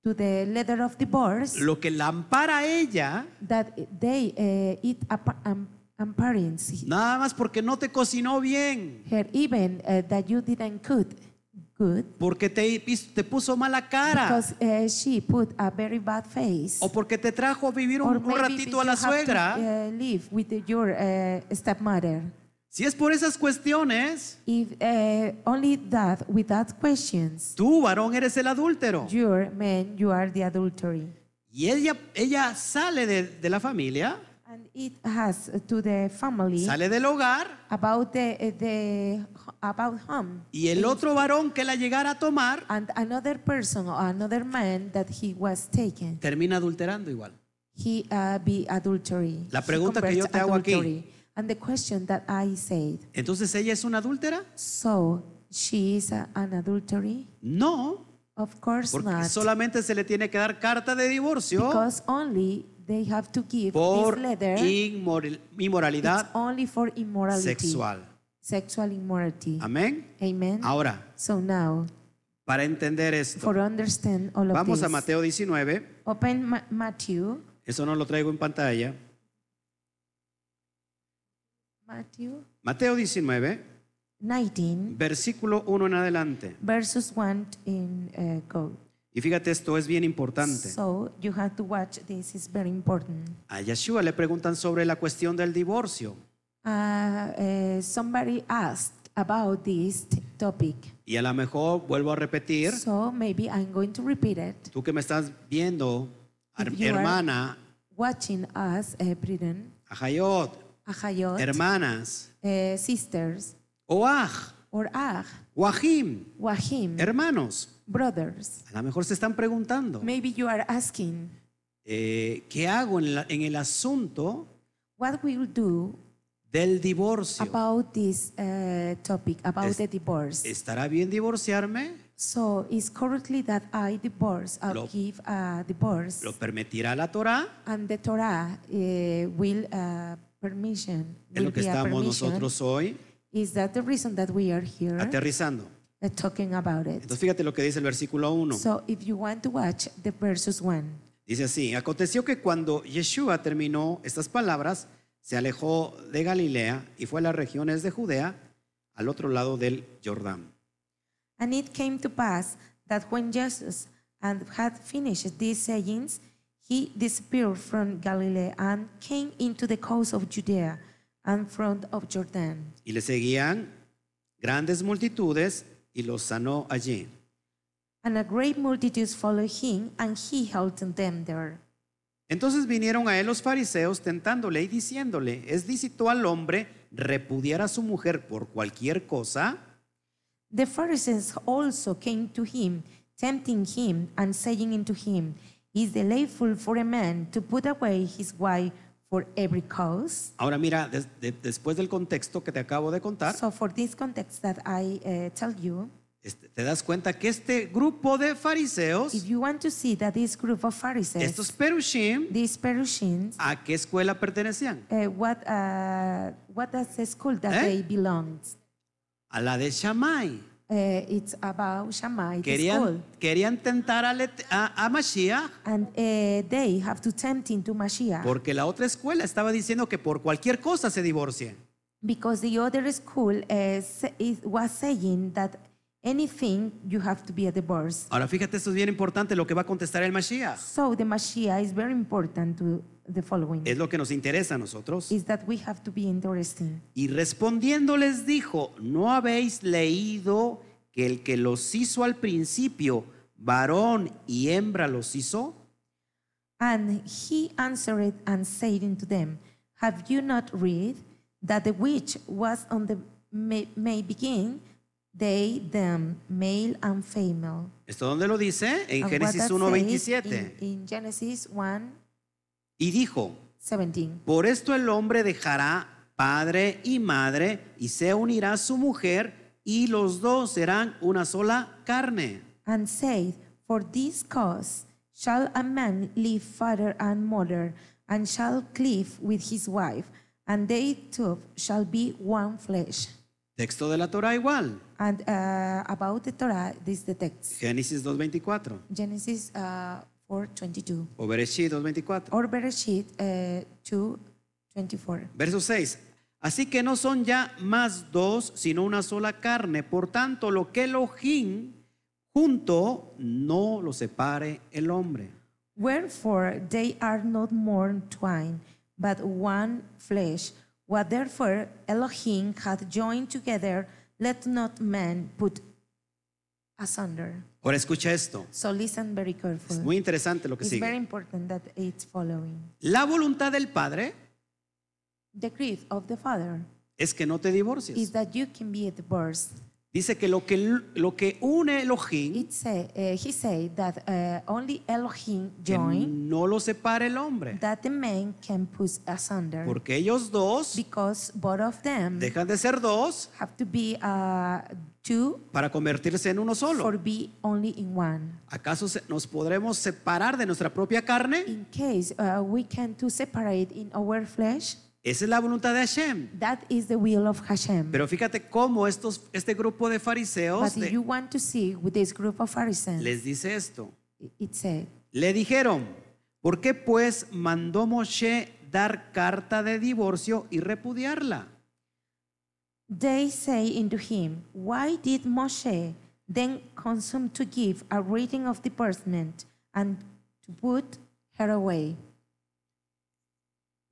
to the letter of divorce,
lo que la ampara a ella,
that they uh, it apa- um, parents
nada más porque no te cocinó bien,
her even uh, that you didn't cook good
porque te, pis- te puso mala cara,
because uh, she put a very bad face.
o porque te trajo a vivir un,
Or
un
maybe
ratito a
you
la
have to,
suegra.
uh, live with your uh, stepmother.
Si es por esas cuestiones,
If uh, only that, without questions,
tú, varón, eres el adúltero.
your man, you are the adultery.
Y ella, ella sale de, de la familia,
And it has to the family
sale del hogar,
about the, uh, the about home.
y el otro varón que la llegara a tomar,
And another person or another man that he was taken,
termina adulterando igual.
he uh, be adultery.
La
He
pregunta que yo
converts
te hago aquí.
adultery. And the question that I said,
Entonces, ¿ella es una adúltera?
so she is a- an adultery?
No,
Of course
porque
not.
solamente se le tiene que dar carta de divorcio
Because only they have to give
por
this letter.
inmoral-
It's
inmoralidad
only for immorality.
sexual.
Sexual immorality.
Amén.
Amen.
Ahora,
So now,
para entender esto,
for understand all of
vamos
this,
a Mateo 19.
open Ma- Matthew,
Eso no lo traigo en pantalla.
Matthew
Mateo 19,
19,
versículo 1 en adelante.
verses 1 in uh, go.
Y fíjate, esto es bien importante.
So you have to watch this. It's very important.
A Yeshua le preguntan sobre la cuestión del divorcio.
Uh, uh, somebody asked about this t- topic.
Y a lo mejor vuelvo a repetir,
So maybe I'm going to repeat it.
tú que me estás viendo,
If
her-
you are-
hermana,
Watching us, uh, Britain,
Ajayot,
Ahayot,
hermanas,
uh, sisters,
Oaj,
or Ah,
Wahim,
Wahim,
hermanos.
brothers.
A lo mejor se están preguntando,
Maybe you are asking
eh, ¿qué hago en, la- en el asunto
what we will do
del divorcio?
about this uh, topic, about
Es-
the divorce.
¿Estará bien divorciarme?
So it's currently that I divorce, I
Lo-
give a divorce,
¿Lo permitirá la Torá?
and the Torah eh, will uh, permission.
Es
will
lo que
be a
estamos
permission.
nosotros hoy
Is that the reason that we are here
aterrizando.
uh, talking about it?
Entonces fíjate lo que dice el versículo 1.
So if you want to watch the verses one,
Dice así, aconteció que cuando Yeshua terminó estas palabras, se alejó de Galilea y fue a las regiones de Judea, al otro lado del Jordán.
and it came to pass that when Jesus and had finished these sayings, he disappeared from Galilee and came into the coast of Judea and front of Jordan.
Y le seguían grandes multitudes y los sanó allí.
And a great multitude followed him, and he halted them there.
Entonces vinieron a él los fariseos tentándole y diciéndole, ¿es lícito al hombre repudiar a su mujer por cualquier cosa?
The Pharisees also came to him, tempting him, and saying unto him, Is it lawful for a man to put away his wife for every cause?
Ahora mira, des- de- después del contexto que te acabo de contar,
So, for this context that I uh, tell you,
este, te das cuenta que este grupo de fariseos,
if you want to see that this group of Pharisees,
estos perushim,
these Perusians,
¿a qué escuela pertenecían?
uh, what, uh, what does the school that
Eh?
they belonged?
A la de Shammai.
Uh, it's about Shammai, the school.
Querían, querían tentar a, Le- a- a Mashiach
And uh, they have to tempt into Mashiach
porque la otra escuela estaba diciendo que por cualquier cosa se divorcie.
because the other school uh, sa- is, was saying that anything you have to be a divorce.
Ahora fíjate, esto es bien importante lo que va a contestar el Mashiach.
So the Mashiach is very important to the following
Es lo que nos interesa a nosotros.
is that we have to be interesting.
Y respondiendo les dijo, ¿no habéis leído que el que los hizo al principio, varón y hembra los hizo?
And he answered and said unto them, Have you not read that the which was on the may, may begin, they, them, male and female?
¿Esto dónde lo dice? En
And what
Génesis
that says
1.27.
In, in Genesis 1,
Y dijo,
17.
Por esto el hombre dejará padre y madre y se unirá a su mujer y los dos serán una sola carne.
and said, For this cause shall a man leave father and mother, and shall cleave with his wife, and they two shall be one flesh.
Texto de la Torah igual.
And uh, about the Torah, this is the text
Génesis 2.24.
Genesis uh, 4 22,
O Bereshit 2.24.
or Bereshit uh, 2 24.
Verso 6. Así que no son ya más dos, sino una sola carne. Por tanto, lo que Elohim junto no lo separe el hombre.
Wherefore they are not more twine, but one flesh. What therefore Elohim hath joined together, let not man put asunder.
Ahora escucha esto.
So listen very
Es
carefully.
muy interesante lo que
it's very
sigue.
important that it's following.
La voluntad del Padre
The creed of the Father
es que no te
is
divorcies.
that you can be divorced.
Dice que lo que, lo que une Elohim,
It say, uh, he said that uh, only Elohim
que
joined,
no lo separe el hombre.
that the man can put asunder.
Porque ellos dos
Because both of them
dejan de ser dos
have to be uh, two
para convertirse en uno
for
solo.
be only in one.
¿Acaso se- nos podremos separar de nuestra propia carne?
In case uh, we can to separate in our flesh,
Esa es la voluntad de Hashem.
that is the will of Hashem.
Pero fíjate cómo estos, este grupo de
but
fariseos
if
le-
you want to see with this group of Pharisees,
les dice esto.
it said,
Le dijeron, ¿por qué pues mandó Moshe dar carta de divorcio y repudiarla?
They say unto him, Why did Moshe then consume to give a reading of department and to put her away?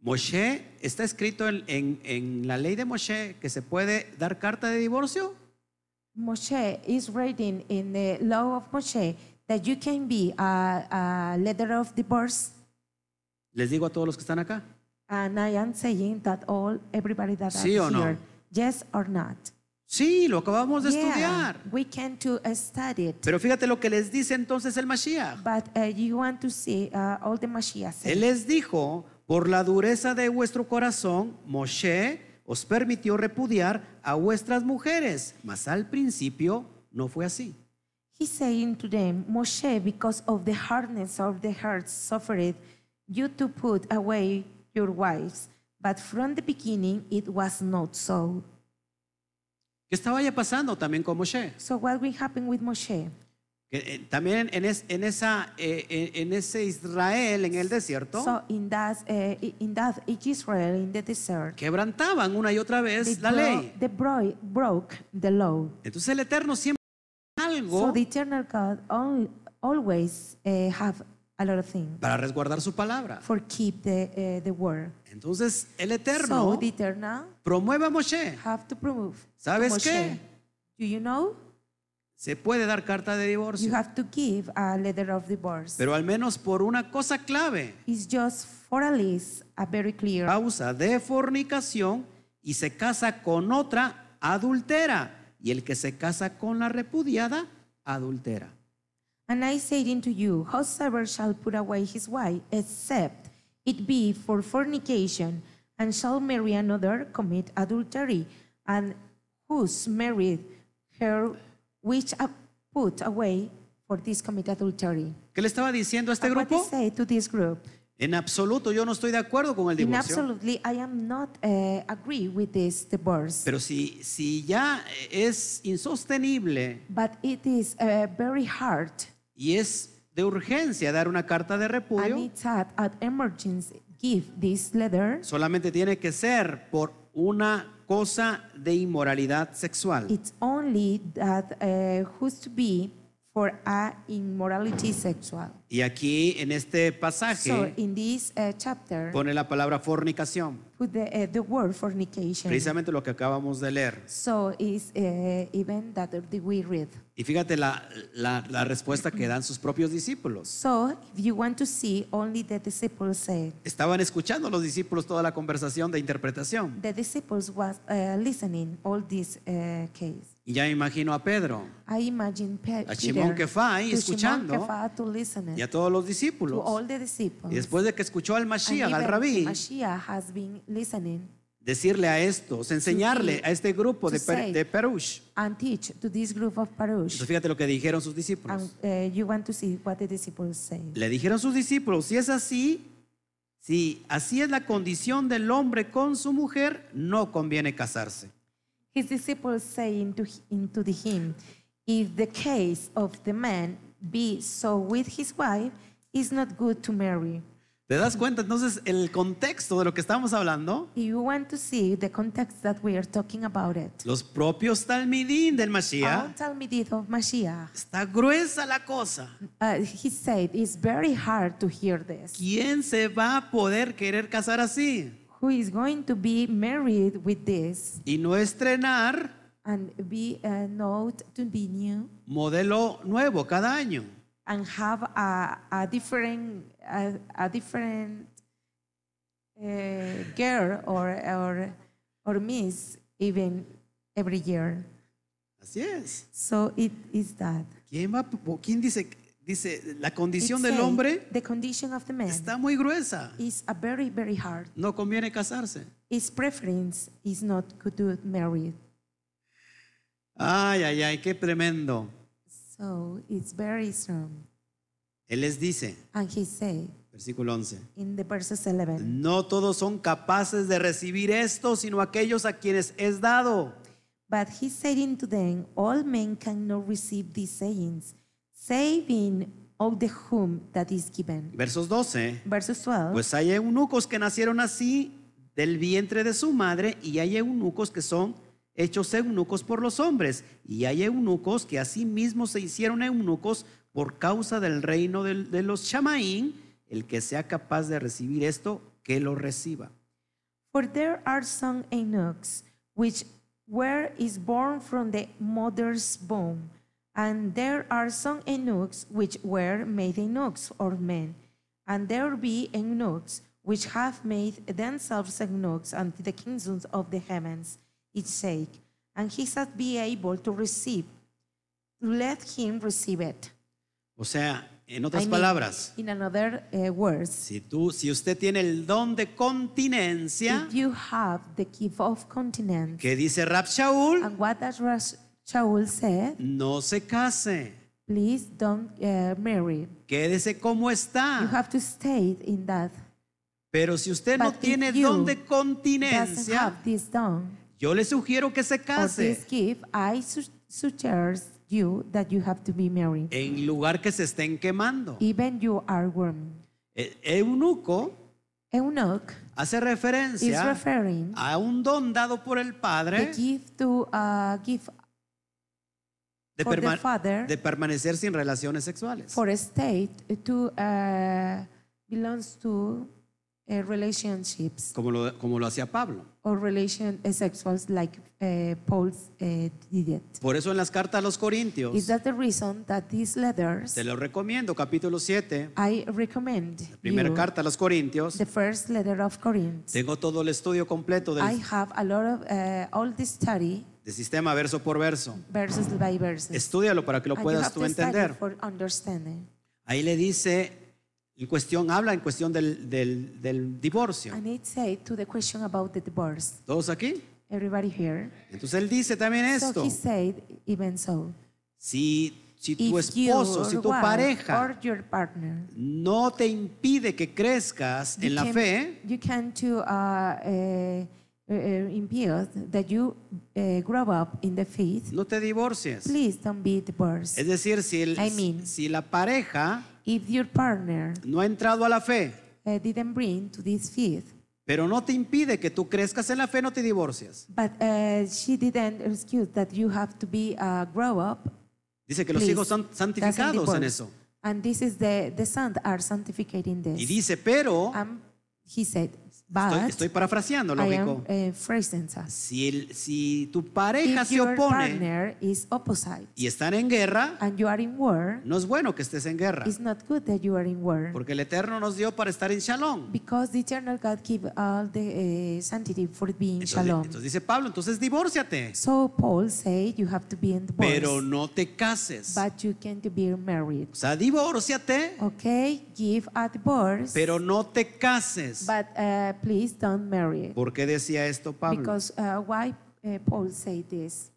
Moshe, está escrito en, en- en la ley de Moshe que se puede dar carta de divorcio.
Moshe is reading in the law of Moshe that you can be a, a letter of divorce.
Les digo a todos los que están acá.
And I am saying that all everybody that
Sí
are
o no?
here, yes or not.
Sí, lo acabamos de
Yeah,
estudiar.
we can to uh, study it.
Pero fíjate lo que les dice entonces el Mashiach.
But uh, you want to see uh, all the Mashiach. said.
Él les dijo, por la dureza de vuestro corazón, Moshe os permitió repudiar a vuestras mujeres, mas al principio no fue así.
He saying to them, Moshe, because of the hardness of the heart suffered you to put away your wives. But from the beginning it was not so.
¿Qué estaba ya pasando también con Moshe?
So what will happen with Moshe?
Que, eh, también en, es- en esa, eh, eh, en ese Israel, en el desierto,
So in that, uh, in that Israel in the desert,
quebrantaban una y otra
they,
vez la
bro-
ley.
they bro- broke the law.
Entonces el Eterno siempre algo
So the eternal God al- always eh, have a lot of things
para resguardar su palabra.
for keep the eh, the word.
Entonces el
So
Eterno
the eternal
promueve a Moshe.
have to prove. to
¿Sabes
Moshe.
qué?
Do you know?
Se puede dar carta de
You
divorcio.
have to give a letter of divorce.
pero al menos por una cosa clave,
It's just for a list, a very clear.
causa de fornicación y se casa con otra adultera y el que se casa con la repudiada adultera.
And I say unto you, whosoever shall put away his wife, except it be for fornication, and shall marry another, commit adultery, and whose married her which a- put away for this commit adultery.
¿Qué le estaba diciendo a este
And what I
grupo?
say to this group?
En absoluto, yo no estoy de acuerdo con el
In
divorcio.
absolutely, I am not uh, agree with this divorce.
Pero si, si ya es insostenible
But it is uh, very hard,
y es de urgencia dar una carta de
and
repudio,
it's hard at emergency give this letter.
solamente tiene que ser por una cosa de inmoralidad sexual.
It's only that uh, who's to be for a immorality sexual.
Y aquí en este pasaje
So in this uh, chapter,
pone la palabra fornicación,
put the, uh, the word fornication.
precisamente lo que acabamos de leer.
So is uh, even that the- we read.
Y fíjate la, la- la respuesta que dan sus propios discípulos.
So if you want to see, only the disciples uh, said.
Estaban escuchando los discípulos toda la conversación de interpretación.
The disciples was uh, listening all this uh, case.
Y ya me imagino a Pedro
I imagine Pe-
A
Peter,
Simón que fue ahí
to Simón
escuchando,
que fue to listening
y a todos los
to
discípulos.
all the discípulos.
Y después de que escuchó al
And
Mashiach, al
even
rabí,
Mashiach has been listening.
decirle a estos, enseñarle a este grupo de,
To
per-
say.
de Perush.
and teach to this group of
Entonces
paroush.
fíjate lo que dijeron sus
And
discípulos.
uh, you want to see what the disciples say.
Le dijeron sus discípulos, si es así, si así es la condición del hombre con su mujer, no conviene casarse.
His disciples say into, into the him, if the case of the man be so with his wife, it's not good to marry.
¿Te das cuenta entonces el contexto de lo que estamos hablando?
If you want to see the context that we are talking about it, Oh,
Los propios talmidín del
yeah.
Mashiach.
Talmidid of Mashiach,
Está gruesa la cosa.
uh, he said, it's very hard to hear this.
¿Quién se va a poder querer casar así?
Who is going to be married with this
Y no estrenar
and be a note to be new
modelo nuevo cada año.
and have a, a different a, a different uh, girl or or or miss even every year.
Así es.
So it is that.
¿Quién, va, a po- quién dice, dice la
It
condición
say
del hombre
The condition of the man
está muy gruesa?
is a very very hard.
No conviene casarse.
His preference is not good to marry.
Ay, ay, ay, qué tremendo.
So it's very strong.
Él les dice,
And he said
versículo 11,
in the verses 11.
no todos son capaces de recibir esto, sino aquellos a quienes es dado.
But he said unto them, All men cannot receive these sayings, saving of the whom that is given.
Versos 12.
Verses 12.
Pues hay eunucos que nacieron así del vientre de su madre y hay eunucos que son hechos eunucos por los hombres y hay eunucos que asimismo se hicieron eunucos por causa del reino del- de los chamaín, el que sea capaz de recibir esto, que lo reciba.
For there are some eunuchs which were is born from the mother's womb, and there are some eunuchs which were made eunuchs or men, and there be eunuchs which have made themselves eunuchs unto the kingdoms of the heavens, its sake, and he shall be able to receive. Let him receive it.
O sea, en
I
otras
mean,
palabras,
in another uh, words,
si tú si usted tiene el don de continencia
if you have the gift of continence,
que dice Rab Shaul,
And what does Rash Shaul said?
no se case,
Please don't uh, marry.
quédese como está.
You have to stay in that.
Pero si usted no
But if
tiene
you
don de
Doesn't
continencia,
have this done
yo le sugiero que se
or this
case
gift. I su- suggest you that you have to be married,
en lugar que se estén quemando.
even you are warm.
E- Eunuco
Eunuch
hace
is
referencia
referring
a un don dado por el
the
Padre
gift to uh, give
de,
for the
perma-
father
de permanecer sin relaciones sexuales.
for a state to uh, belongs to uh, relationships
Como lo, como lo hacía Pablo.
or relation uh, sexuals like uh, Paul's uh, did it.
Por eso en las cartas a los
Is
Corintios,
that the reason that these letters
te lo recomiendo, capítulo 7,
I recommend
primera
you,
carta a los Corintios.
the first letter of Corinth?
Tengo todo el estudio completo
I
del,
have a lot of uh, all this study
de sistema verso por verso.
verses by verses.
Estudialo para que lo
and you have
puedas tú
to study
entender.
for understanding.
Ahí le dice, en cuestión, habla en cuestión del, del- del divorcio.
And it says to the question about the divorce.
¿Todos aquí?
Everybody here.
Entonces él dice también
So
esto.
he said, even so,
Si, si tu
if you
esposo, si tu
wife
pareja
or your partner,
no te impide que crezcas
you
en la
can-
fe,
you can to uh, uh, uh, impute that you uh, grow up in the faith.
no te divorcies.
Please don't be divorced.
Es decir, si, el-
I mean-
si la pareja
If your partner
no ha entrado a la fe,
uh, didn't bring to this faith,
pero no te impide que tú crezcas en la fe, no te divorcias.
but uh, she didn't excuse that you have to be uh, grow up.
Dice que los
Please,
hijos son
doesn't
santificados en
divorce.
eso.
And this is the the sons are sanctificating this.
Y dice, pero,
Um, he said,
estoy,
but
estoy parafraseando,
I
lógico.
am uh, phrasing us.
Si, el- si tu pareja
If
se
your
opone
partner is opposite
y están en guerra,
and you are in war,
no es bueno que estés en guerra,
it's not good that you are in war
porque el Eterno nos dio para estar en shalom.
because the eternal God give all the uh, sanctity for being
Entonces,
shalom.
entonces dice Pablo, entonces divórciate,
So Paul said you have to be in divorce.
pero no te cases.
but you can be married.
O sea, divórciate,
Okay, give a divorce,
pero no te cases. cases.
But uh, please don't marry.
¿Por qué decía esto Pablo?
Because uh, why uh, Paul say this?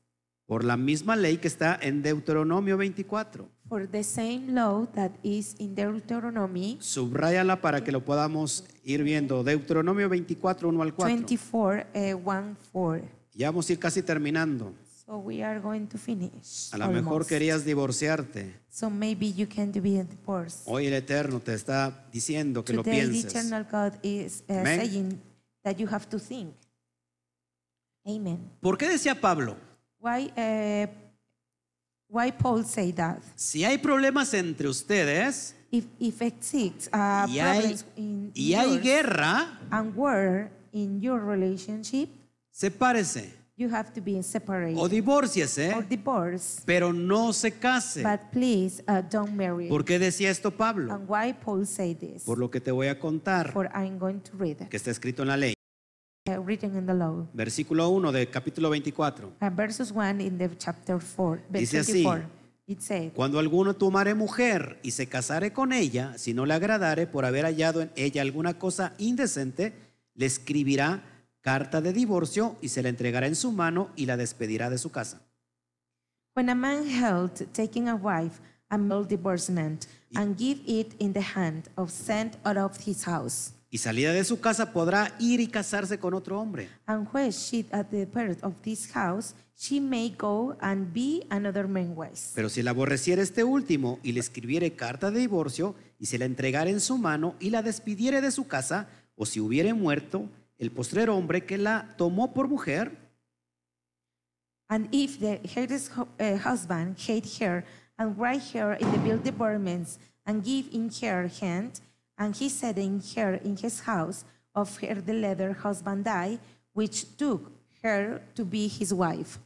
Por la misma ley que está en Deuteronomio 24.
For the same law that is in Deuteronomy
Subráyala para que lo podamos ir viendo. Deuteronomio 24, 1 al 4.
24, uh, 1, 4.
Ya vamos a ir casi terminando.
So we are going to finish.
A lo mejor
almost.
querías divorciarte.
So maybe you can be divorced.
Hoy el Eterno te está diciendo que lo
Today the
pienses.
eternal God is uh,
Amen.
saying that you have to think. Amen.
¿Por qué decía Pablo?
Why, uh, why Paul say that?
Si hay problemas entre ustedes
If, if exists uh,
y hay,
problems in
y hay
yours
guerra,
and war in your relationship,
sepárese
you have to be separated
o ¿eh?
or
divórciese,
divorced.
pero no se case.
But please uh, don't marry.
¿Por qué decía esto Pablo?
And why Paul say this?
Por lo que te voy a contar,
For I'm going to read
que está escrito en la ley.
uh, written in the law.
Versículo 1 de capítulo 24.
Uh, verses 1 in the chapter 4, verse
Dice así.
24. It said,
Cuando alguno tomare mujer y se casare con ella, si no le agradare por haber hallado en ella alguna cosa indecente, le escribirá carta de divorcio y se la entregará en su mano y la despedirá de su casa.
When a man held taking a wife, a male divorcement, and give it in the hand of sent out of his house,
Y salida de su casa podrá ir y casarse con otro hombre.
and when she at the birth of this house, she may go and be another man wife.
Pero si la aborreciere este último y le escribiere carta de divorcio y se la entregare en su mano y la despidiere de su casa, o si hubiere muerto el postrer hombre que la tomó por mujer,
And if the his husband hate her and write her in the bill departments and give in her hand, and he said in her in his house of her the leather husband die, which took her to be his wife.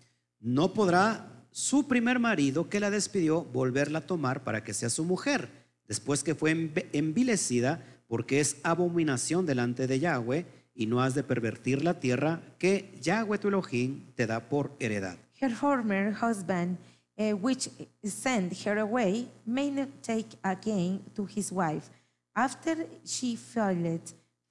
no podrá su primer marido que la despidió volverla a tomar para que sea su mujer, después que fue enve- envilecida, porque es abominación delante de Yahweh, y no has de pervertir la tierra que Yahweh tu Elohim te da por heredad.
Her former husband, eh, which sent her away, may not take again to his wife, after she failed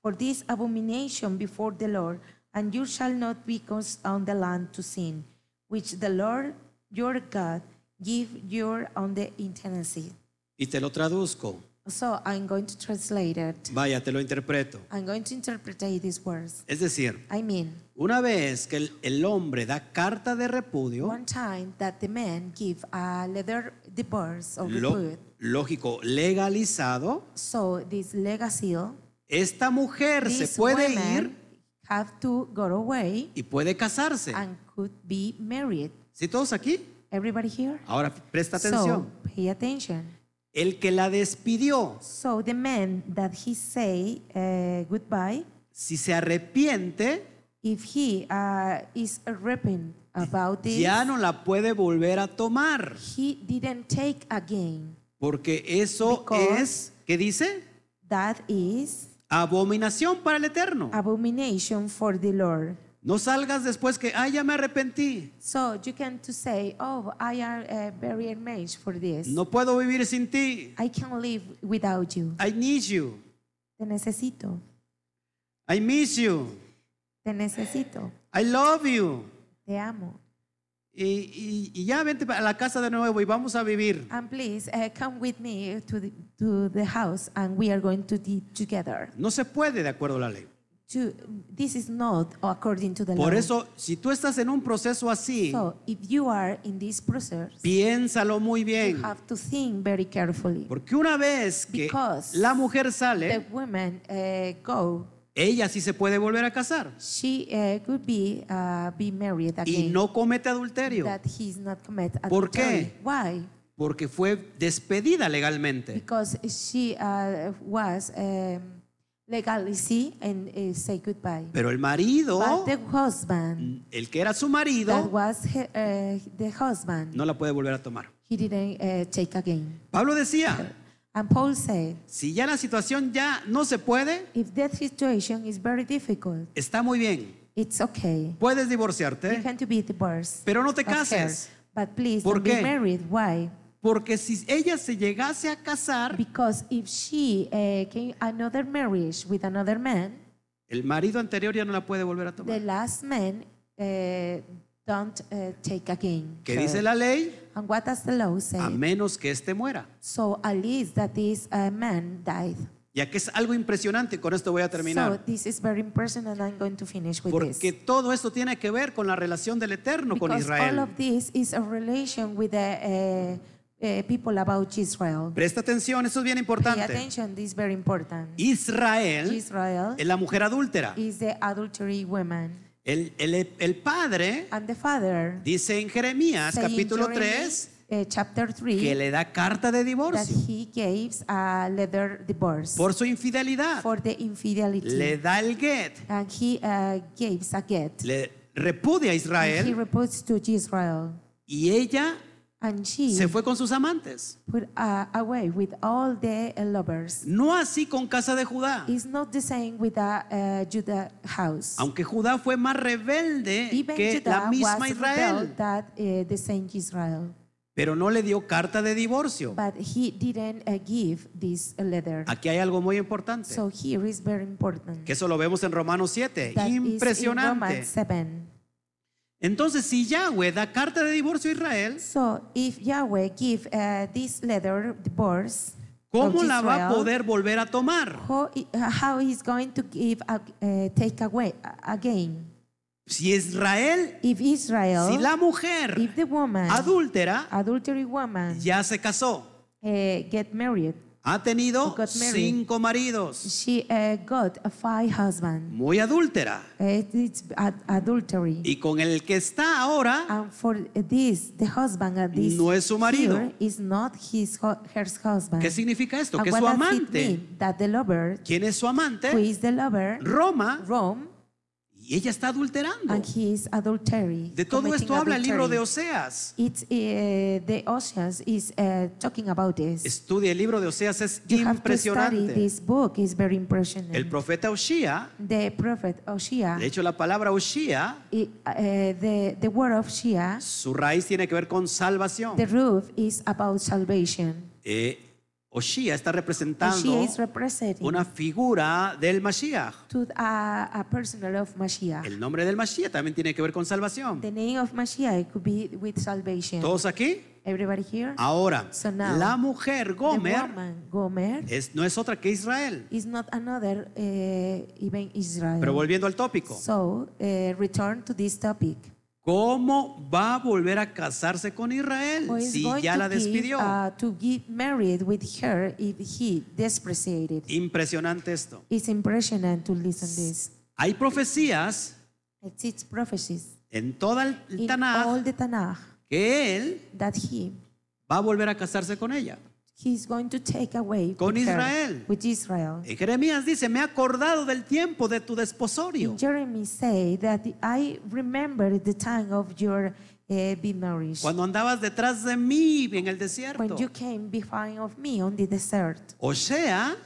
for this abomination before the Lord, and you shall not be cast on the land to sin, which the Lord your God give you on the intensity.
Y te lo traduzco,
So I'm going to translate it.
vaya, te lo interpreto.
I'm going to interpret these words.
Es decir,
I mean,
una vez que el, el hombre da carta de repudio,
one time that the man give a leather divorce or
lo-
repute,
lógico, legalizado,
So this legacy,
esta mujer se
this
puede
women
ir
have to go away
y puede casarse.
and could be married.
¿Sí todos aquí?
Everybody here?
Ahora presta atención.
So pay attention.
el que la despidió,
So the man that he say uh, goodbye,
si se arrepiente,
if he uh, is repent about this,
ya no la puede volver a tomar.
he didn't take again.
Porque eso
Because-
es, ¿qué dice?
That is
Abominación para el Eterno.
abomination for the Lord.
No salgas después que, ah, ya me arrepentí.
So you can to say, oh, I am uh, very enraged for this.
No puedo vivir sin ti.
I can't live without you.
I need you.
Te necesito.
I miss you.
Te necesito.
I love you.
Te amo.
Y, y- y ya vente a la casa de nuevo y vamos a vivir.
And please uh, come with me to the, to the house and we are going to be together.
No se puede de acuerdo a la ley.
To, this is not according to the
Por
law.
eso, si tú estás en un proceso así,
so if you are in this process,
piénsalo muy
you
bien.
have to think very carefully.
Porque una vez que
Because
la mujer
The
sale,
woman uh, go,
ella sí se puede volver a casar
she uh, could be uh, be married
y
again.
no comete adulterio
that he's not commit
¿Por
adultery.
qué?
Why?
porque fue despedida legalmente.
Because she uh, was um, legally see and uh, say goodbye.
Pero el marido,
But the husband
el que era su
that
marido,
was he- uh, the husband,
no la puede volver a tomar.
he didn't uh, take again.
Pablo decía,
And Paul said,
si ya la situación ya no se puede,
if that situation is very difficult,
está muy bien,
it's okay.
puedes
You
divorciarte,
can to be divorced.
pero no te
of her,
cases.
But please
¿Por
don't be
qué?
married. Why?
Porque si ella se llegase a casar,
Because if she uh, came another marriage with another man,
el marido anterior ya no la puede volver a
the
tomar.
last man uh, don't uh, take again.
¿Qué
her.
dice la ley?
And what does the law say?
A menos que éste muera.
So at least that this uh, man died.
Ya que es algo impresionante, con esto voy a
So
terminar.
this is very important, and I'm going to finish with
Porque
this.
todo esto tiene que ver con la relación del Eterno con
Because all
Israel.
of this is a relation with the uh, uh, people about Israel.
Presta atención, esto es bien
Pay
importante.
attention, this is very important.
Israel
Israel
es la mujer adúltera.
is the adultery woman.
El, el- el padre
And the father,
dice en Jeremías
say in
capítulo
Jeremy,
3
eh, chapter 3,
que le da carta de
that
divorcio
he gives a leather divorce
por su infidelidad.
for the infidelity.
Le da el get,
and he uh, gives a get.
le repudia a
And he
Israel
reports to Israel.
y ella
And she
se fue con sus amantes.
put uh, away with all the uh, lovers.
No así con casa de Judá.
It's not the same with the uh, Judah house.
Aunque Judá fue más rebelde
Even
que
Judah
la misma
was
Israel,
rebelled that uh, the same Israel.
pero no le dio carta de divorcio.
But he didn't uh, give this uh, letter.
Aquí hay algo muy importante,
So here is very important.
que eso lo vemos en Romanos 7.
That is in
Impresionante.
Romans 7.
Entonces, si Yahweh da carta de divorcio a Israel,
So if Yahweh give uh, this letter divorce, of
¿cómo la va a
Israel,
poder volver a tomar?
How, i- how he's going to give a, uh, take away a- again?
Si Israel,
If Israel,
si la mujer
if the woman,
adúltera
adultery woman,
ya se casó,
eh, get married,
ha tenido
Got married.
cinco maridos,
she eh, got a five husband.
muy adúltera,
Eh, it's ad- adultery.
y con el que está ahora,
And for this, the husband at this
No es su marido.
here is not his hu- her husband.
¿qué significa esto?
And
Que
what
su
does it
amante, ¿Eh?
mean? That the lover,
¿quién es su
who
amante?
is the lover,
Roma,
Rome,
y ella está adulterando.
and he is adultery.
De todo
committing
esto habla el libro
adultery.
de Oseas.
It's uh, the oceans is uh, talking about this.
Estudia el libro de Oseas, es
You have to study
impresionante.
this book. It's very impressionant.
El profeta Oshía,
the prophet
de
Oshia,
hecho la palabra Oshía,
i- uh, the the word of Shia,
su raíz tiene que ver con salvación.
the roof is about salvation.
Eh, Oshía está representando
Oshia is representing
una figura del Mashiach.
to a, a personal of Mashiach.
El nombre del Mashiach también tiene que ver con salvación.
Ah. The name of Mashiach it could be with salvation.
¿Todos aquí?
Everybody here?
Ahora,
So now,
la mujer
The
Gomer
woman Gomer
es, no es otra que Israel.
is not another uh, even Israel.
Pero volviendo al tópico,
So, uh, return to this topic.
¿cómo va a volver a casarse con Israel
Who is
si
going
ya
to
la
give,
despidió?
uh, to get married with her if he despreciated.
Impresionante esto.
It's impressionant to listen this.
Hay profecías
It's its prophecies
en toda el
in all
Tanaj
the Tanakh
que él
that he
va a volver a casarse con ella.
he's going to take away
Con
with her,
Israel.
with Israel.
En Jeremías dice, me he acordado del tiempo de tu desposorio.
In Jeremy say that I remember the time of your uh, be marriage
Cuando andabas detrás de mí en el desierto.
when you came behind of me on the desert.
O sea,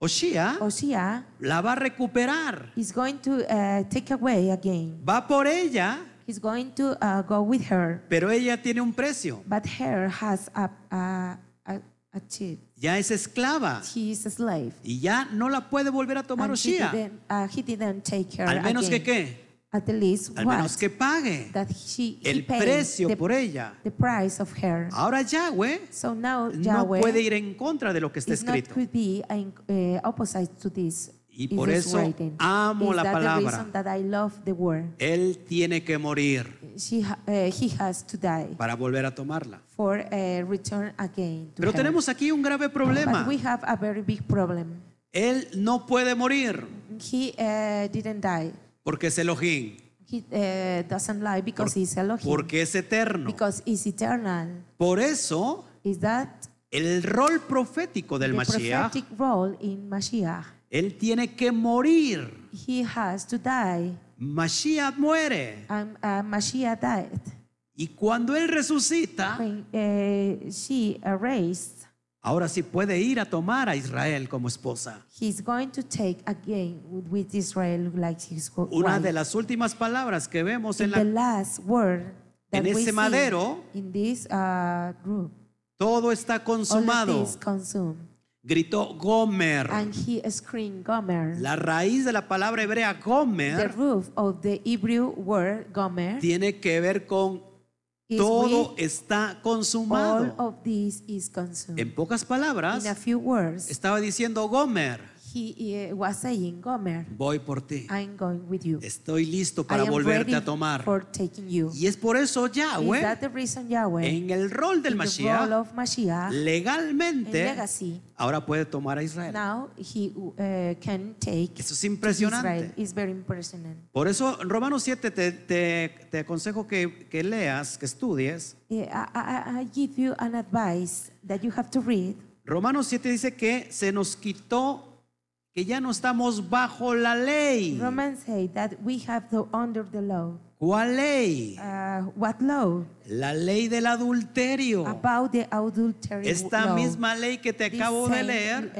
Oshia
Oh. Oshia
la va a recuperar.
is going to uh, take away again.
Va por ella,
He's going to uh, go with her,
pero ella tiene un precio.
but her has a a, a, a child.
Ya es esclava
He is a slave.
y ya no la puede volver a tomar
And he,
Oshia.
didn't, uh, he didn't take her
Al menos que
again.
qué,
At the least
al
what?
menos que pague
that she, he
el
paid
precio
the,
por ella.
the price of her.
Ahora Yahweh
So now
no
Yahweh
puede ir en contra de lo que está
is not
escrito.
could be in, eh, opposite to this.
Y
in
por
this
eso
writing.
amo
Is
la
that
palabra.
The reason that I love the word.
Él tiene que morir
She, ha- eh, he has to die
para volver a tomarla.
for eh, return again. To
Pero
her.
tenemos aquí un grave
But
problema.
we have a very big problem.
Él no puede morir
He uh, didn't die.
porque es Elohim,
He uh, doesn't lie because he's Elohim.
porque es eterno.
Because he's eternal.
Por eso,
Is that
el rol profético del
the
Mashiach,
prophetic role in Mashiach?
él tiene que morir.
He has to die.
Mashiach muere.
And uh, Mashiach died.
Y cuando él resucita,
When uh, she uh, raised,
ahora sí puede ir a tomar a Israel como esposa.
he's going to take again with Israel like his wife.
Una de las últimas palabras que vemos
In
en
the
la
last word that
en
we
ese
see
madero,
in this uh, group,
Todo está
All of
consumado.
this consumed.
Gritó Gomer.
And he screamed Gomer.
La raíz de la palabra hebrea
The
Gomer
roof of the Hebrew word Gomer
tiene que ver con
is
todo
with
está
all
consumado.
of this is consumed.
En pocas
In a
palabras,
few words,
estaba diciendo Gomer,
he uh, was saying, Gomer,
voy por ti.
I'm going with you.
Estoy listo
I
para
am
volverte a
ready
tomar.
for taking you.
Y es por eso
Is
Yahweh,
that the reason Yahweh,
en el rol del
in the role
Mashiach,
of Mashiach, and
legalmente,
legacy,
ahora puede tomar a Israel.
now he uh, can take
Eso es
Israel?
impresionante.
It's very impressionant.
Por eso, Romanos 7 te, te- te aconsejo que, que leas, que estudies.
Yeah, I, I- I, I give you an advice that you have to read.
Romanos 7 dice que se nos quitó, que ya no estamos bajo la ley.
Romans say that we have the under the law.
¿Cuál ley?
Uh, what law?
La ley del adulterio.
About the adultery
Esta
law.
misma ley que te
This
acabo de
same,
leer,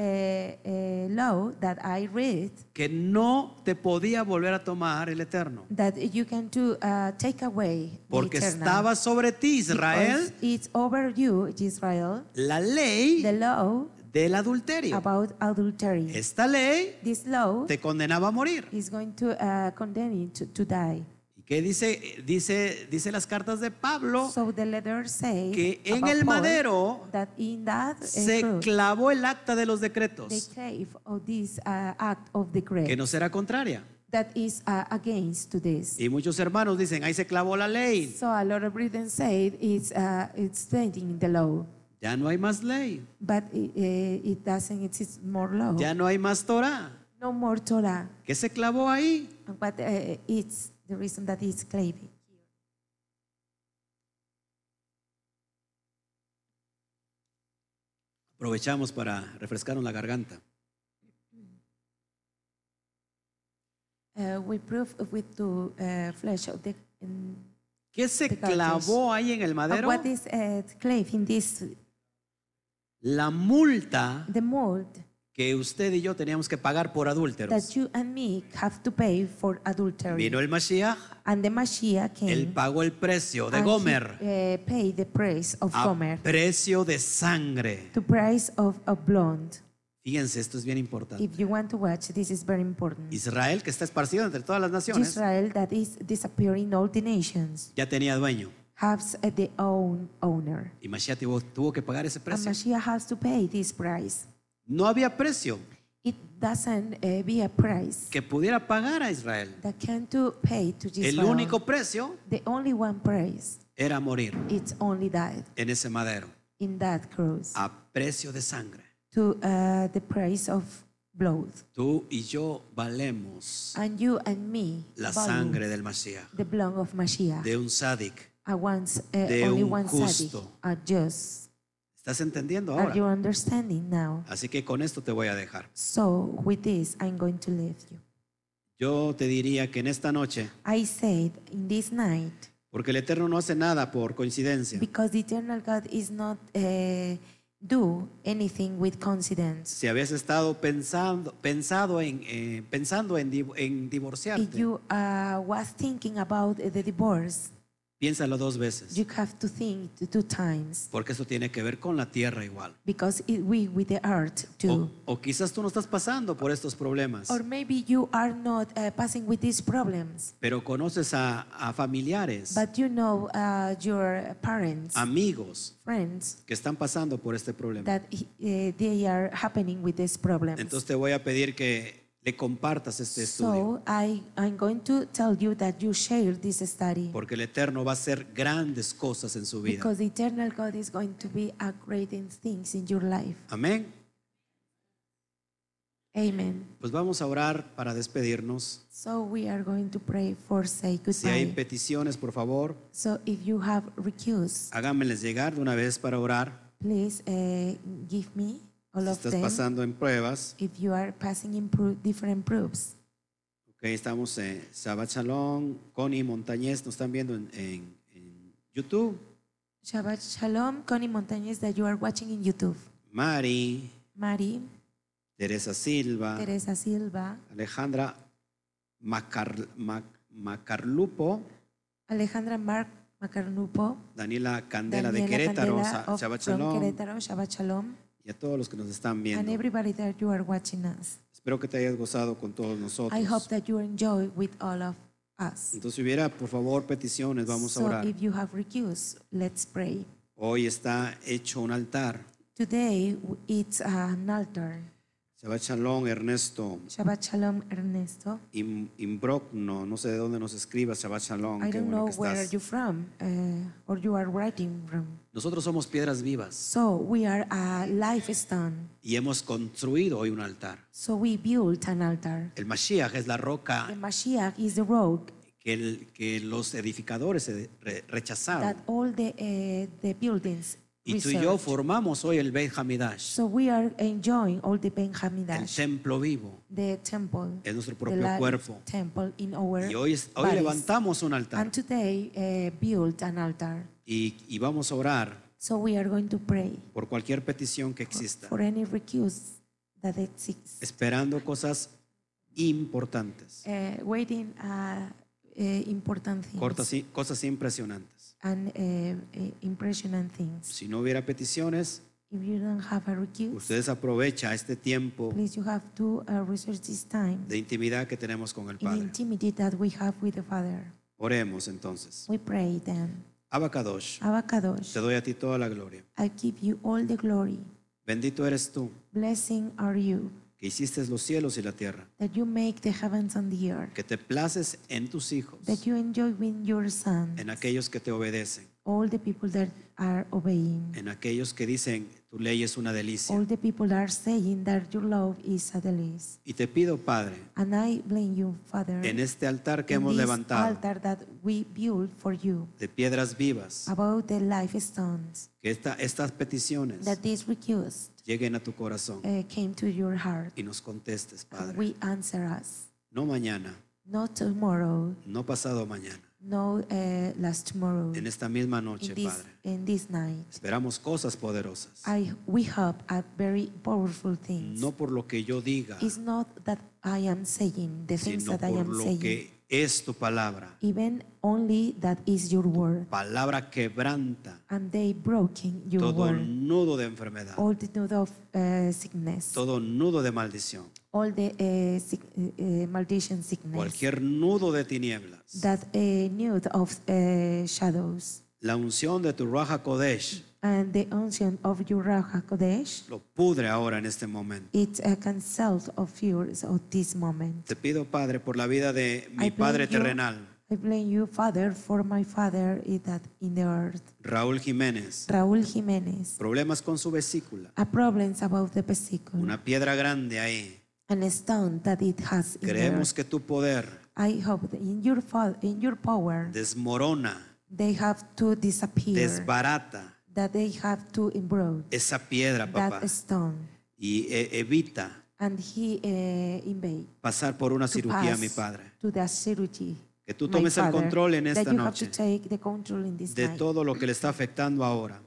uh, uh, law that I read
que no te podía volver a tomar el Eterno.
that you can do uh, take away the
Porque
eternal.
estaba sobre ti, Israel,
Because It's over you, Israel.
la
The
ley
law
del adulterio.
about adultery.
Esta ley
this law
te condenaba a morir.
is going to uh, condemn you to, to die.
¿Y qué dice, dice, dice las cartas de Pablo?
So the letter says
Que en
about
el
Paul
madero
that in that uh,
Se
fruit,
clavó el acta de los
they
decretos,
crave of this uh, act of the
que
grace
nos era contraria.
that is uh, against to this.
Y muchos hermanos dicen, ahí se clavó la ley.
So a lot of Britons say it's uh, it's stating the law,
Ya no hay más ley,
but it, uh, it doesn't. It's more law.
ya no hay más Torah.
No more Torah.
¿Qué se clavó ahí?
And What uh, it's the reason that it's claiming.
Aprovechamos para refrescarnos la garganta.
Uh, we prove with the uh, flesh of the. in-
¿Qué se
Pecados.
clavó ahí en el
and
madero?
what is uh, claved in this?
La multa
The mold
que usted y yo teníamos que pagar por adúlteros.
that you and me have to pay for adultery.
Vino el Mashiach,
and the Mashiach came.
él pagó el precio de
and
Gomer, Ah.
He, uh, paid the price of
a
Gomer.
precio de sangre.
The price of a blonde.
Fíjense, esto es bien importante.
If you want to watch, this is very important.
Israel, que está esparcido entre todas las naciones,
Israel that is disappearing all the nations
ya tenía dueño.
has uh, their own owner.
Y Mashiach tuvo, tuvo que pagar ese
And
precio.
Mashiach has to pay this price.
No había precio
It doesn't uh, be a price
que pudiera pagar a Israel.
that can to pay to Jesus.
El único precio
the only one price,
era morir
it's only that
en ese madero
in that cross
a precio de sangre.
to uh, the price of blood.
Tú y yo valemos
And you and me,
la
value
sangre del Mashiach,
the blood of Mashiach,
de un sádic.
a once, uh,
de
only
un
one sadic,
justo.
a just.
¿Estás entendiendo
Are you
ahora?
understanding now?
Así que con esto te voy a dejar.
So with this, I'm going to leave you.
Yo te diría que en esta noche,
I said in this night,
porque el Eterno no hace nada por coincidencia,
because the eternal God is not uh, do anything with coincidence.
si habías estado pensando, pensado en, eh, pensando en, div- en
If
divorciarte,
you uh, was thinking about the divorce,
piénsalo dos veces.
you have to think two times
Porque eso tiene que ver con la tierra igual.
because it we with the earth
O,
too.
o quizás tú no estás pasando por estos problemas,
Or maybe you are not uh, passing with these problems,
pero conoces a, a familiares,
but you know uh, your parents,
amigos
friends,
que están pasando por este problema.
that uh, they are happening with these problems.
Entonces te voy a pedir que le compartas este estudio,
So I, I'm going to tell you that you share this study
porque el Eterno va a hacer grandes cosas en su vida.
because the eternal God is going to be a great in things in your life.
Amén.
Amen.
Pues vamos a orar para despedirnos.
So we are going to pray for say goodbye.
Si hay peticiones, por favor,
so if you have requests,
háganmeles llegar de una vez para orar.
please uh, give me all
Si
of
estás
them.
pasando en pruebas,
If you are passing in pro- different proofs.
Ok, estamos en Shabbat Shalom, Connie Montañez, nos están viendo en, en- en YouTube.
Shabbat Shalom, Connie Montañez, that you are watching in YouTube.
Mari,
Mari,
Teresa Silva,
Teresa Silva,
Alejandra Macar- Ma- Macarlupo,
Alejandra Mar Macarnupo,
Daniela Candela
Daniela
de Querétaro,
Candela
Sa-
of-
Shabbat
from
Shalom,
Querétaro, Shabbat Shalom,
y a todos los que nos están
and
viendo.
everybody that you are watching us.
Espero que te hayas gozado con todos
I hope
nosotros.
that you enjoy with all of us.
Entonces, si hubiera, por favor, peticiones, vamos a
So
orar.
if you have recused, let's pray.
Hoy está hecho un altar.
Today w- it's an altar.
Shabbat Shalom, Ernesto.
Shabbat Shalom, Ernesto.
Im- Imbrogno, no sé de dónde nos escribas, Shabbat Shalom.
I
qué
don't
bueno
know
que
where
estás.
you're from uh, or you are writing from.
Nosotros somos piedras vivas
So we are a lifestone.
y hemos construido hoy un altar.
So we built an altar.
El Mashiach es la
The
roca
Mashiach is the road
que, el- que los edificadores se re-
that
rechazaron.
all the uh, the buildings
Ah. Y tú y yo
reserved.
formamos hoy el Beit Hamidash,
So we are enjoying all the Ben
el
Hamidash,
templo vivo.
the temple,
Es nuestro
the
propio
live
cuerpo.
temple in our
Y hoy, es- hoy
bodies.
levantamos un altar
And today uh, build an altar.
y, y vamos a orar
So we are going to pray
por cualquier petición que exista,
for any recuse that exists,
esperando cosas importantes,
uh, waiting uh, uh, important things
cortas i- cosas impresionantes.
and uh, uh, impressionant things.
Si no hubiera peticiones,
If you don't have a recuse,
ustedes aprovechan este tiempo
please you have to uh, research this time
de intimidad que tenemos con el
in
Padre.
intimity that we have with the Father.
Oremos entonces.
We pray then.
Abacadosh,
Abba
te
Kadosh,
doy a ti toda la gloria.
I give you all the glory.
Bendito eres tú,
Blessing are you
que hiciste los cielos y la tierra,
that you make the heavens and the earth,
que te places en tus hijos,
that you enjoy with your Son
en aquellos que te obedecen,
all the people that are obeying.
en aquellos que dicen tu ley es una
All
delicia.
the people are saying that your love is a delice.
Y te pido, Padre,
And I blame you, Father,
en este altar que
in
hemos
this
levantado
altar that we built for you
de piedras vivas,
about the life stones,
que esta- estas peticiones
that this request
lleguen a tu corazón
uh, came to your heart.
y nos contestes,
And
Padre.
Ah, we answer us.
No mañana,
Not tomorrow,
no pasado mañana,
no uh, last tomorrow,
en esta misma
in
noche,
this,
Padre.
in this night.
Esperamos cosas poderosas.
I, we hope a very powerful things.
No por lo que yo diga,
It's not that I am saying the things
sino
that I
por
am
lo
saying,
que es tu palabra.
even only that is your word.
Palabra quebranta
and they broken your
todo
word,
nudo de enfermedad,
all the note of uh, sickness,
todo nudo de maldición,
all the uh, sick, uh, uh, maldition sickness,
cualquier nudo de tinieblas.
that uh, nude of uh, shadows,
La unción de tu Raja Kodesh
and the unction of your Raja Kodesh,
lo pudre ahora en este momento.
it uh, cancels of yours of this moment.
Te pido, Padre, por la vida de mi
I
Padre
blame you.
terrenal,
I blame you, Father, for my father is that in the earth,
Raúl Jiménez,
Raúl Jiménez,
problemas con su vesícula,
a problems about the vesicle,
una piedra grande ahí.
and a stone that it has in the
Creemos
earth.
que tu poder
I hope that in your, fa- in your power,
desmorona,
they have to disappear,
desbarata
that they have to erode
esa piedra, papá,
that stone.
y eh, evita
And he uh, invade
pasar por una
to
cirugía,
pass
mi Padre.
to the surgery.
Que tú
my
tomes el
father,
control en esta
that you
noche
have to take the control in this
de
night.
todo lo que le está afectando ahora.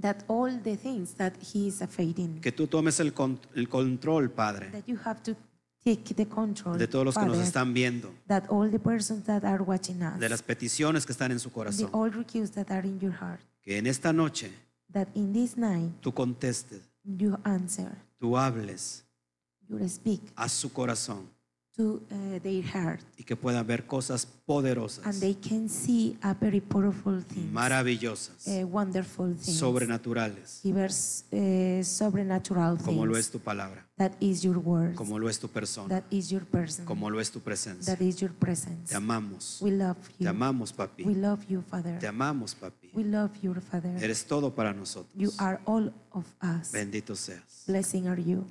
That all the things that he is affecting,
Que tú tomes el, con- el control, Padre,
that you have to take the control,
de todos los que nos
Father,
están viendo,
that all the persons that are watching us,
de las peticiones que están en su
the
corazón.
all requests that are in your heart,
Que en esta noche
that in this night
tú contestes,
you answer,
tú hables
you speak
a su corazón
to uh, their heart,
y que pueda ver cosas
and
poderosas,
they can see a very powerful thing,
maravillosas,
a wonderful thing,
sobrenaturales,
diverse, uh, sobrenatural
como lo es
things.
tu palabra,
That is your word.
como lo es tu persona,
that is your person.
como lo es tu presencia.
that is your presence.
Te amamos,
We love
te
you.
amamos, papi.
We love you, Father.
Te amamos, papi.
We love your Father.
Eres todo para nosotros.
You are all of us.
Bendito seas.
Blessing are you.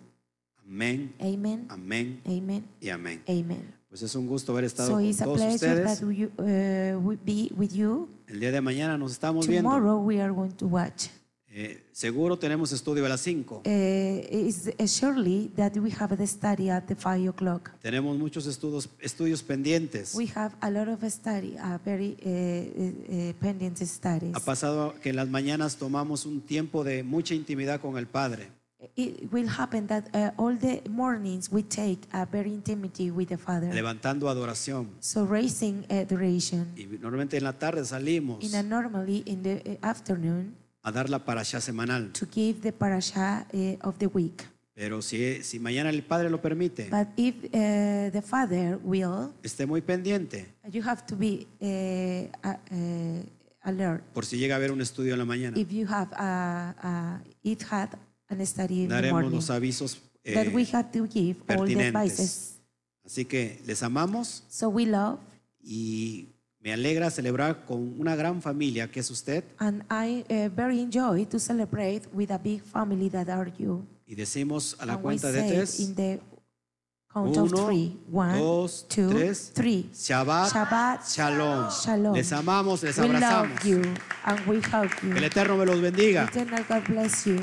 Amén,
Amen.
amén
Amen.
y amén.
Amen.
Pues es un gusto haber estado
So
con
it's a
todos
pleasure
ustedes.
that we, uh, we be with you.
El día de mañana nos estamos viendo.
Tomorrow we are going to watch.
Eh, seguro tenemos estudio a las 5.
Uh, it's uh, surely that we have the study at the five o'clock.
Tenemos muchos estudios, estudios pendientes.
We have a lot of study, a very uh, uh, pending studies.
Ha pasado que en las mañanas tomamos un tiempo de mucha intimidad con el Padre.
it will happen that uh, all the mornings we take are very intimacy with the Father.
levantando adoración.
So raising adoration.
Y normalmente en la tarde salimos
In a normally in the uh, afternoon
a dar la parasha semanal.
to give the parasha uh, of the week.
Pero si, si mañana el Padre lo permite,
But if uh, the Father will,
esté muy pendiente
you have to be uh, uh, uh, alert.
por si llega a haber un estudio en la mañana.
If you have a, a it had an study in the
Daremos
morning
los avisos. eh,
that we have to give all the
pertinentes.
advices.
Así que les amamos
So we love,
y me alegra celebrar con una gran familia que es usted.
and I uh, very enjoy to celebrate with a big family that are you.
Y decimos a la
And we
cuenta de
say
tres,
in the count of
Uno,
three. One,
dos,
two,
tres.
three.
Shabbat,
Shabbat
Shalom.
Shalom.
Les amamos, les
We
abrazamos.
love you and we help you.
Que el Eterno me los bendiga.
Eternal God bless you.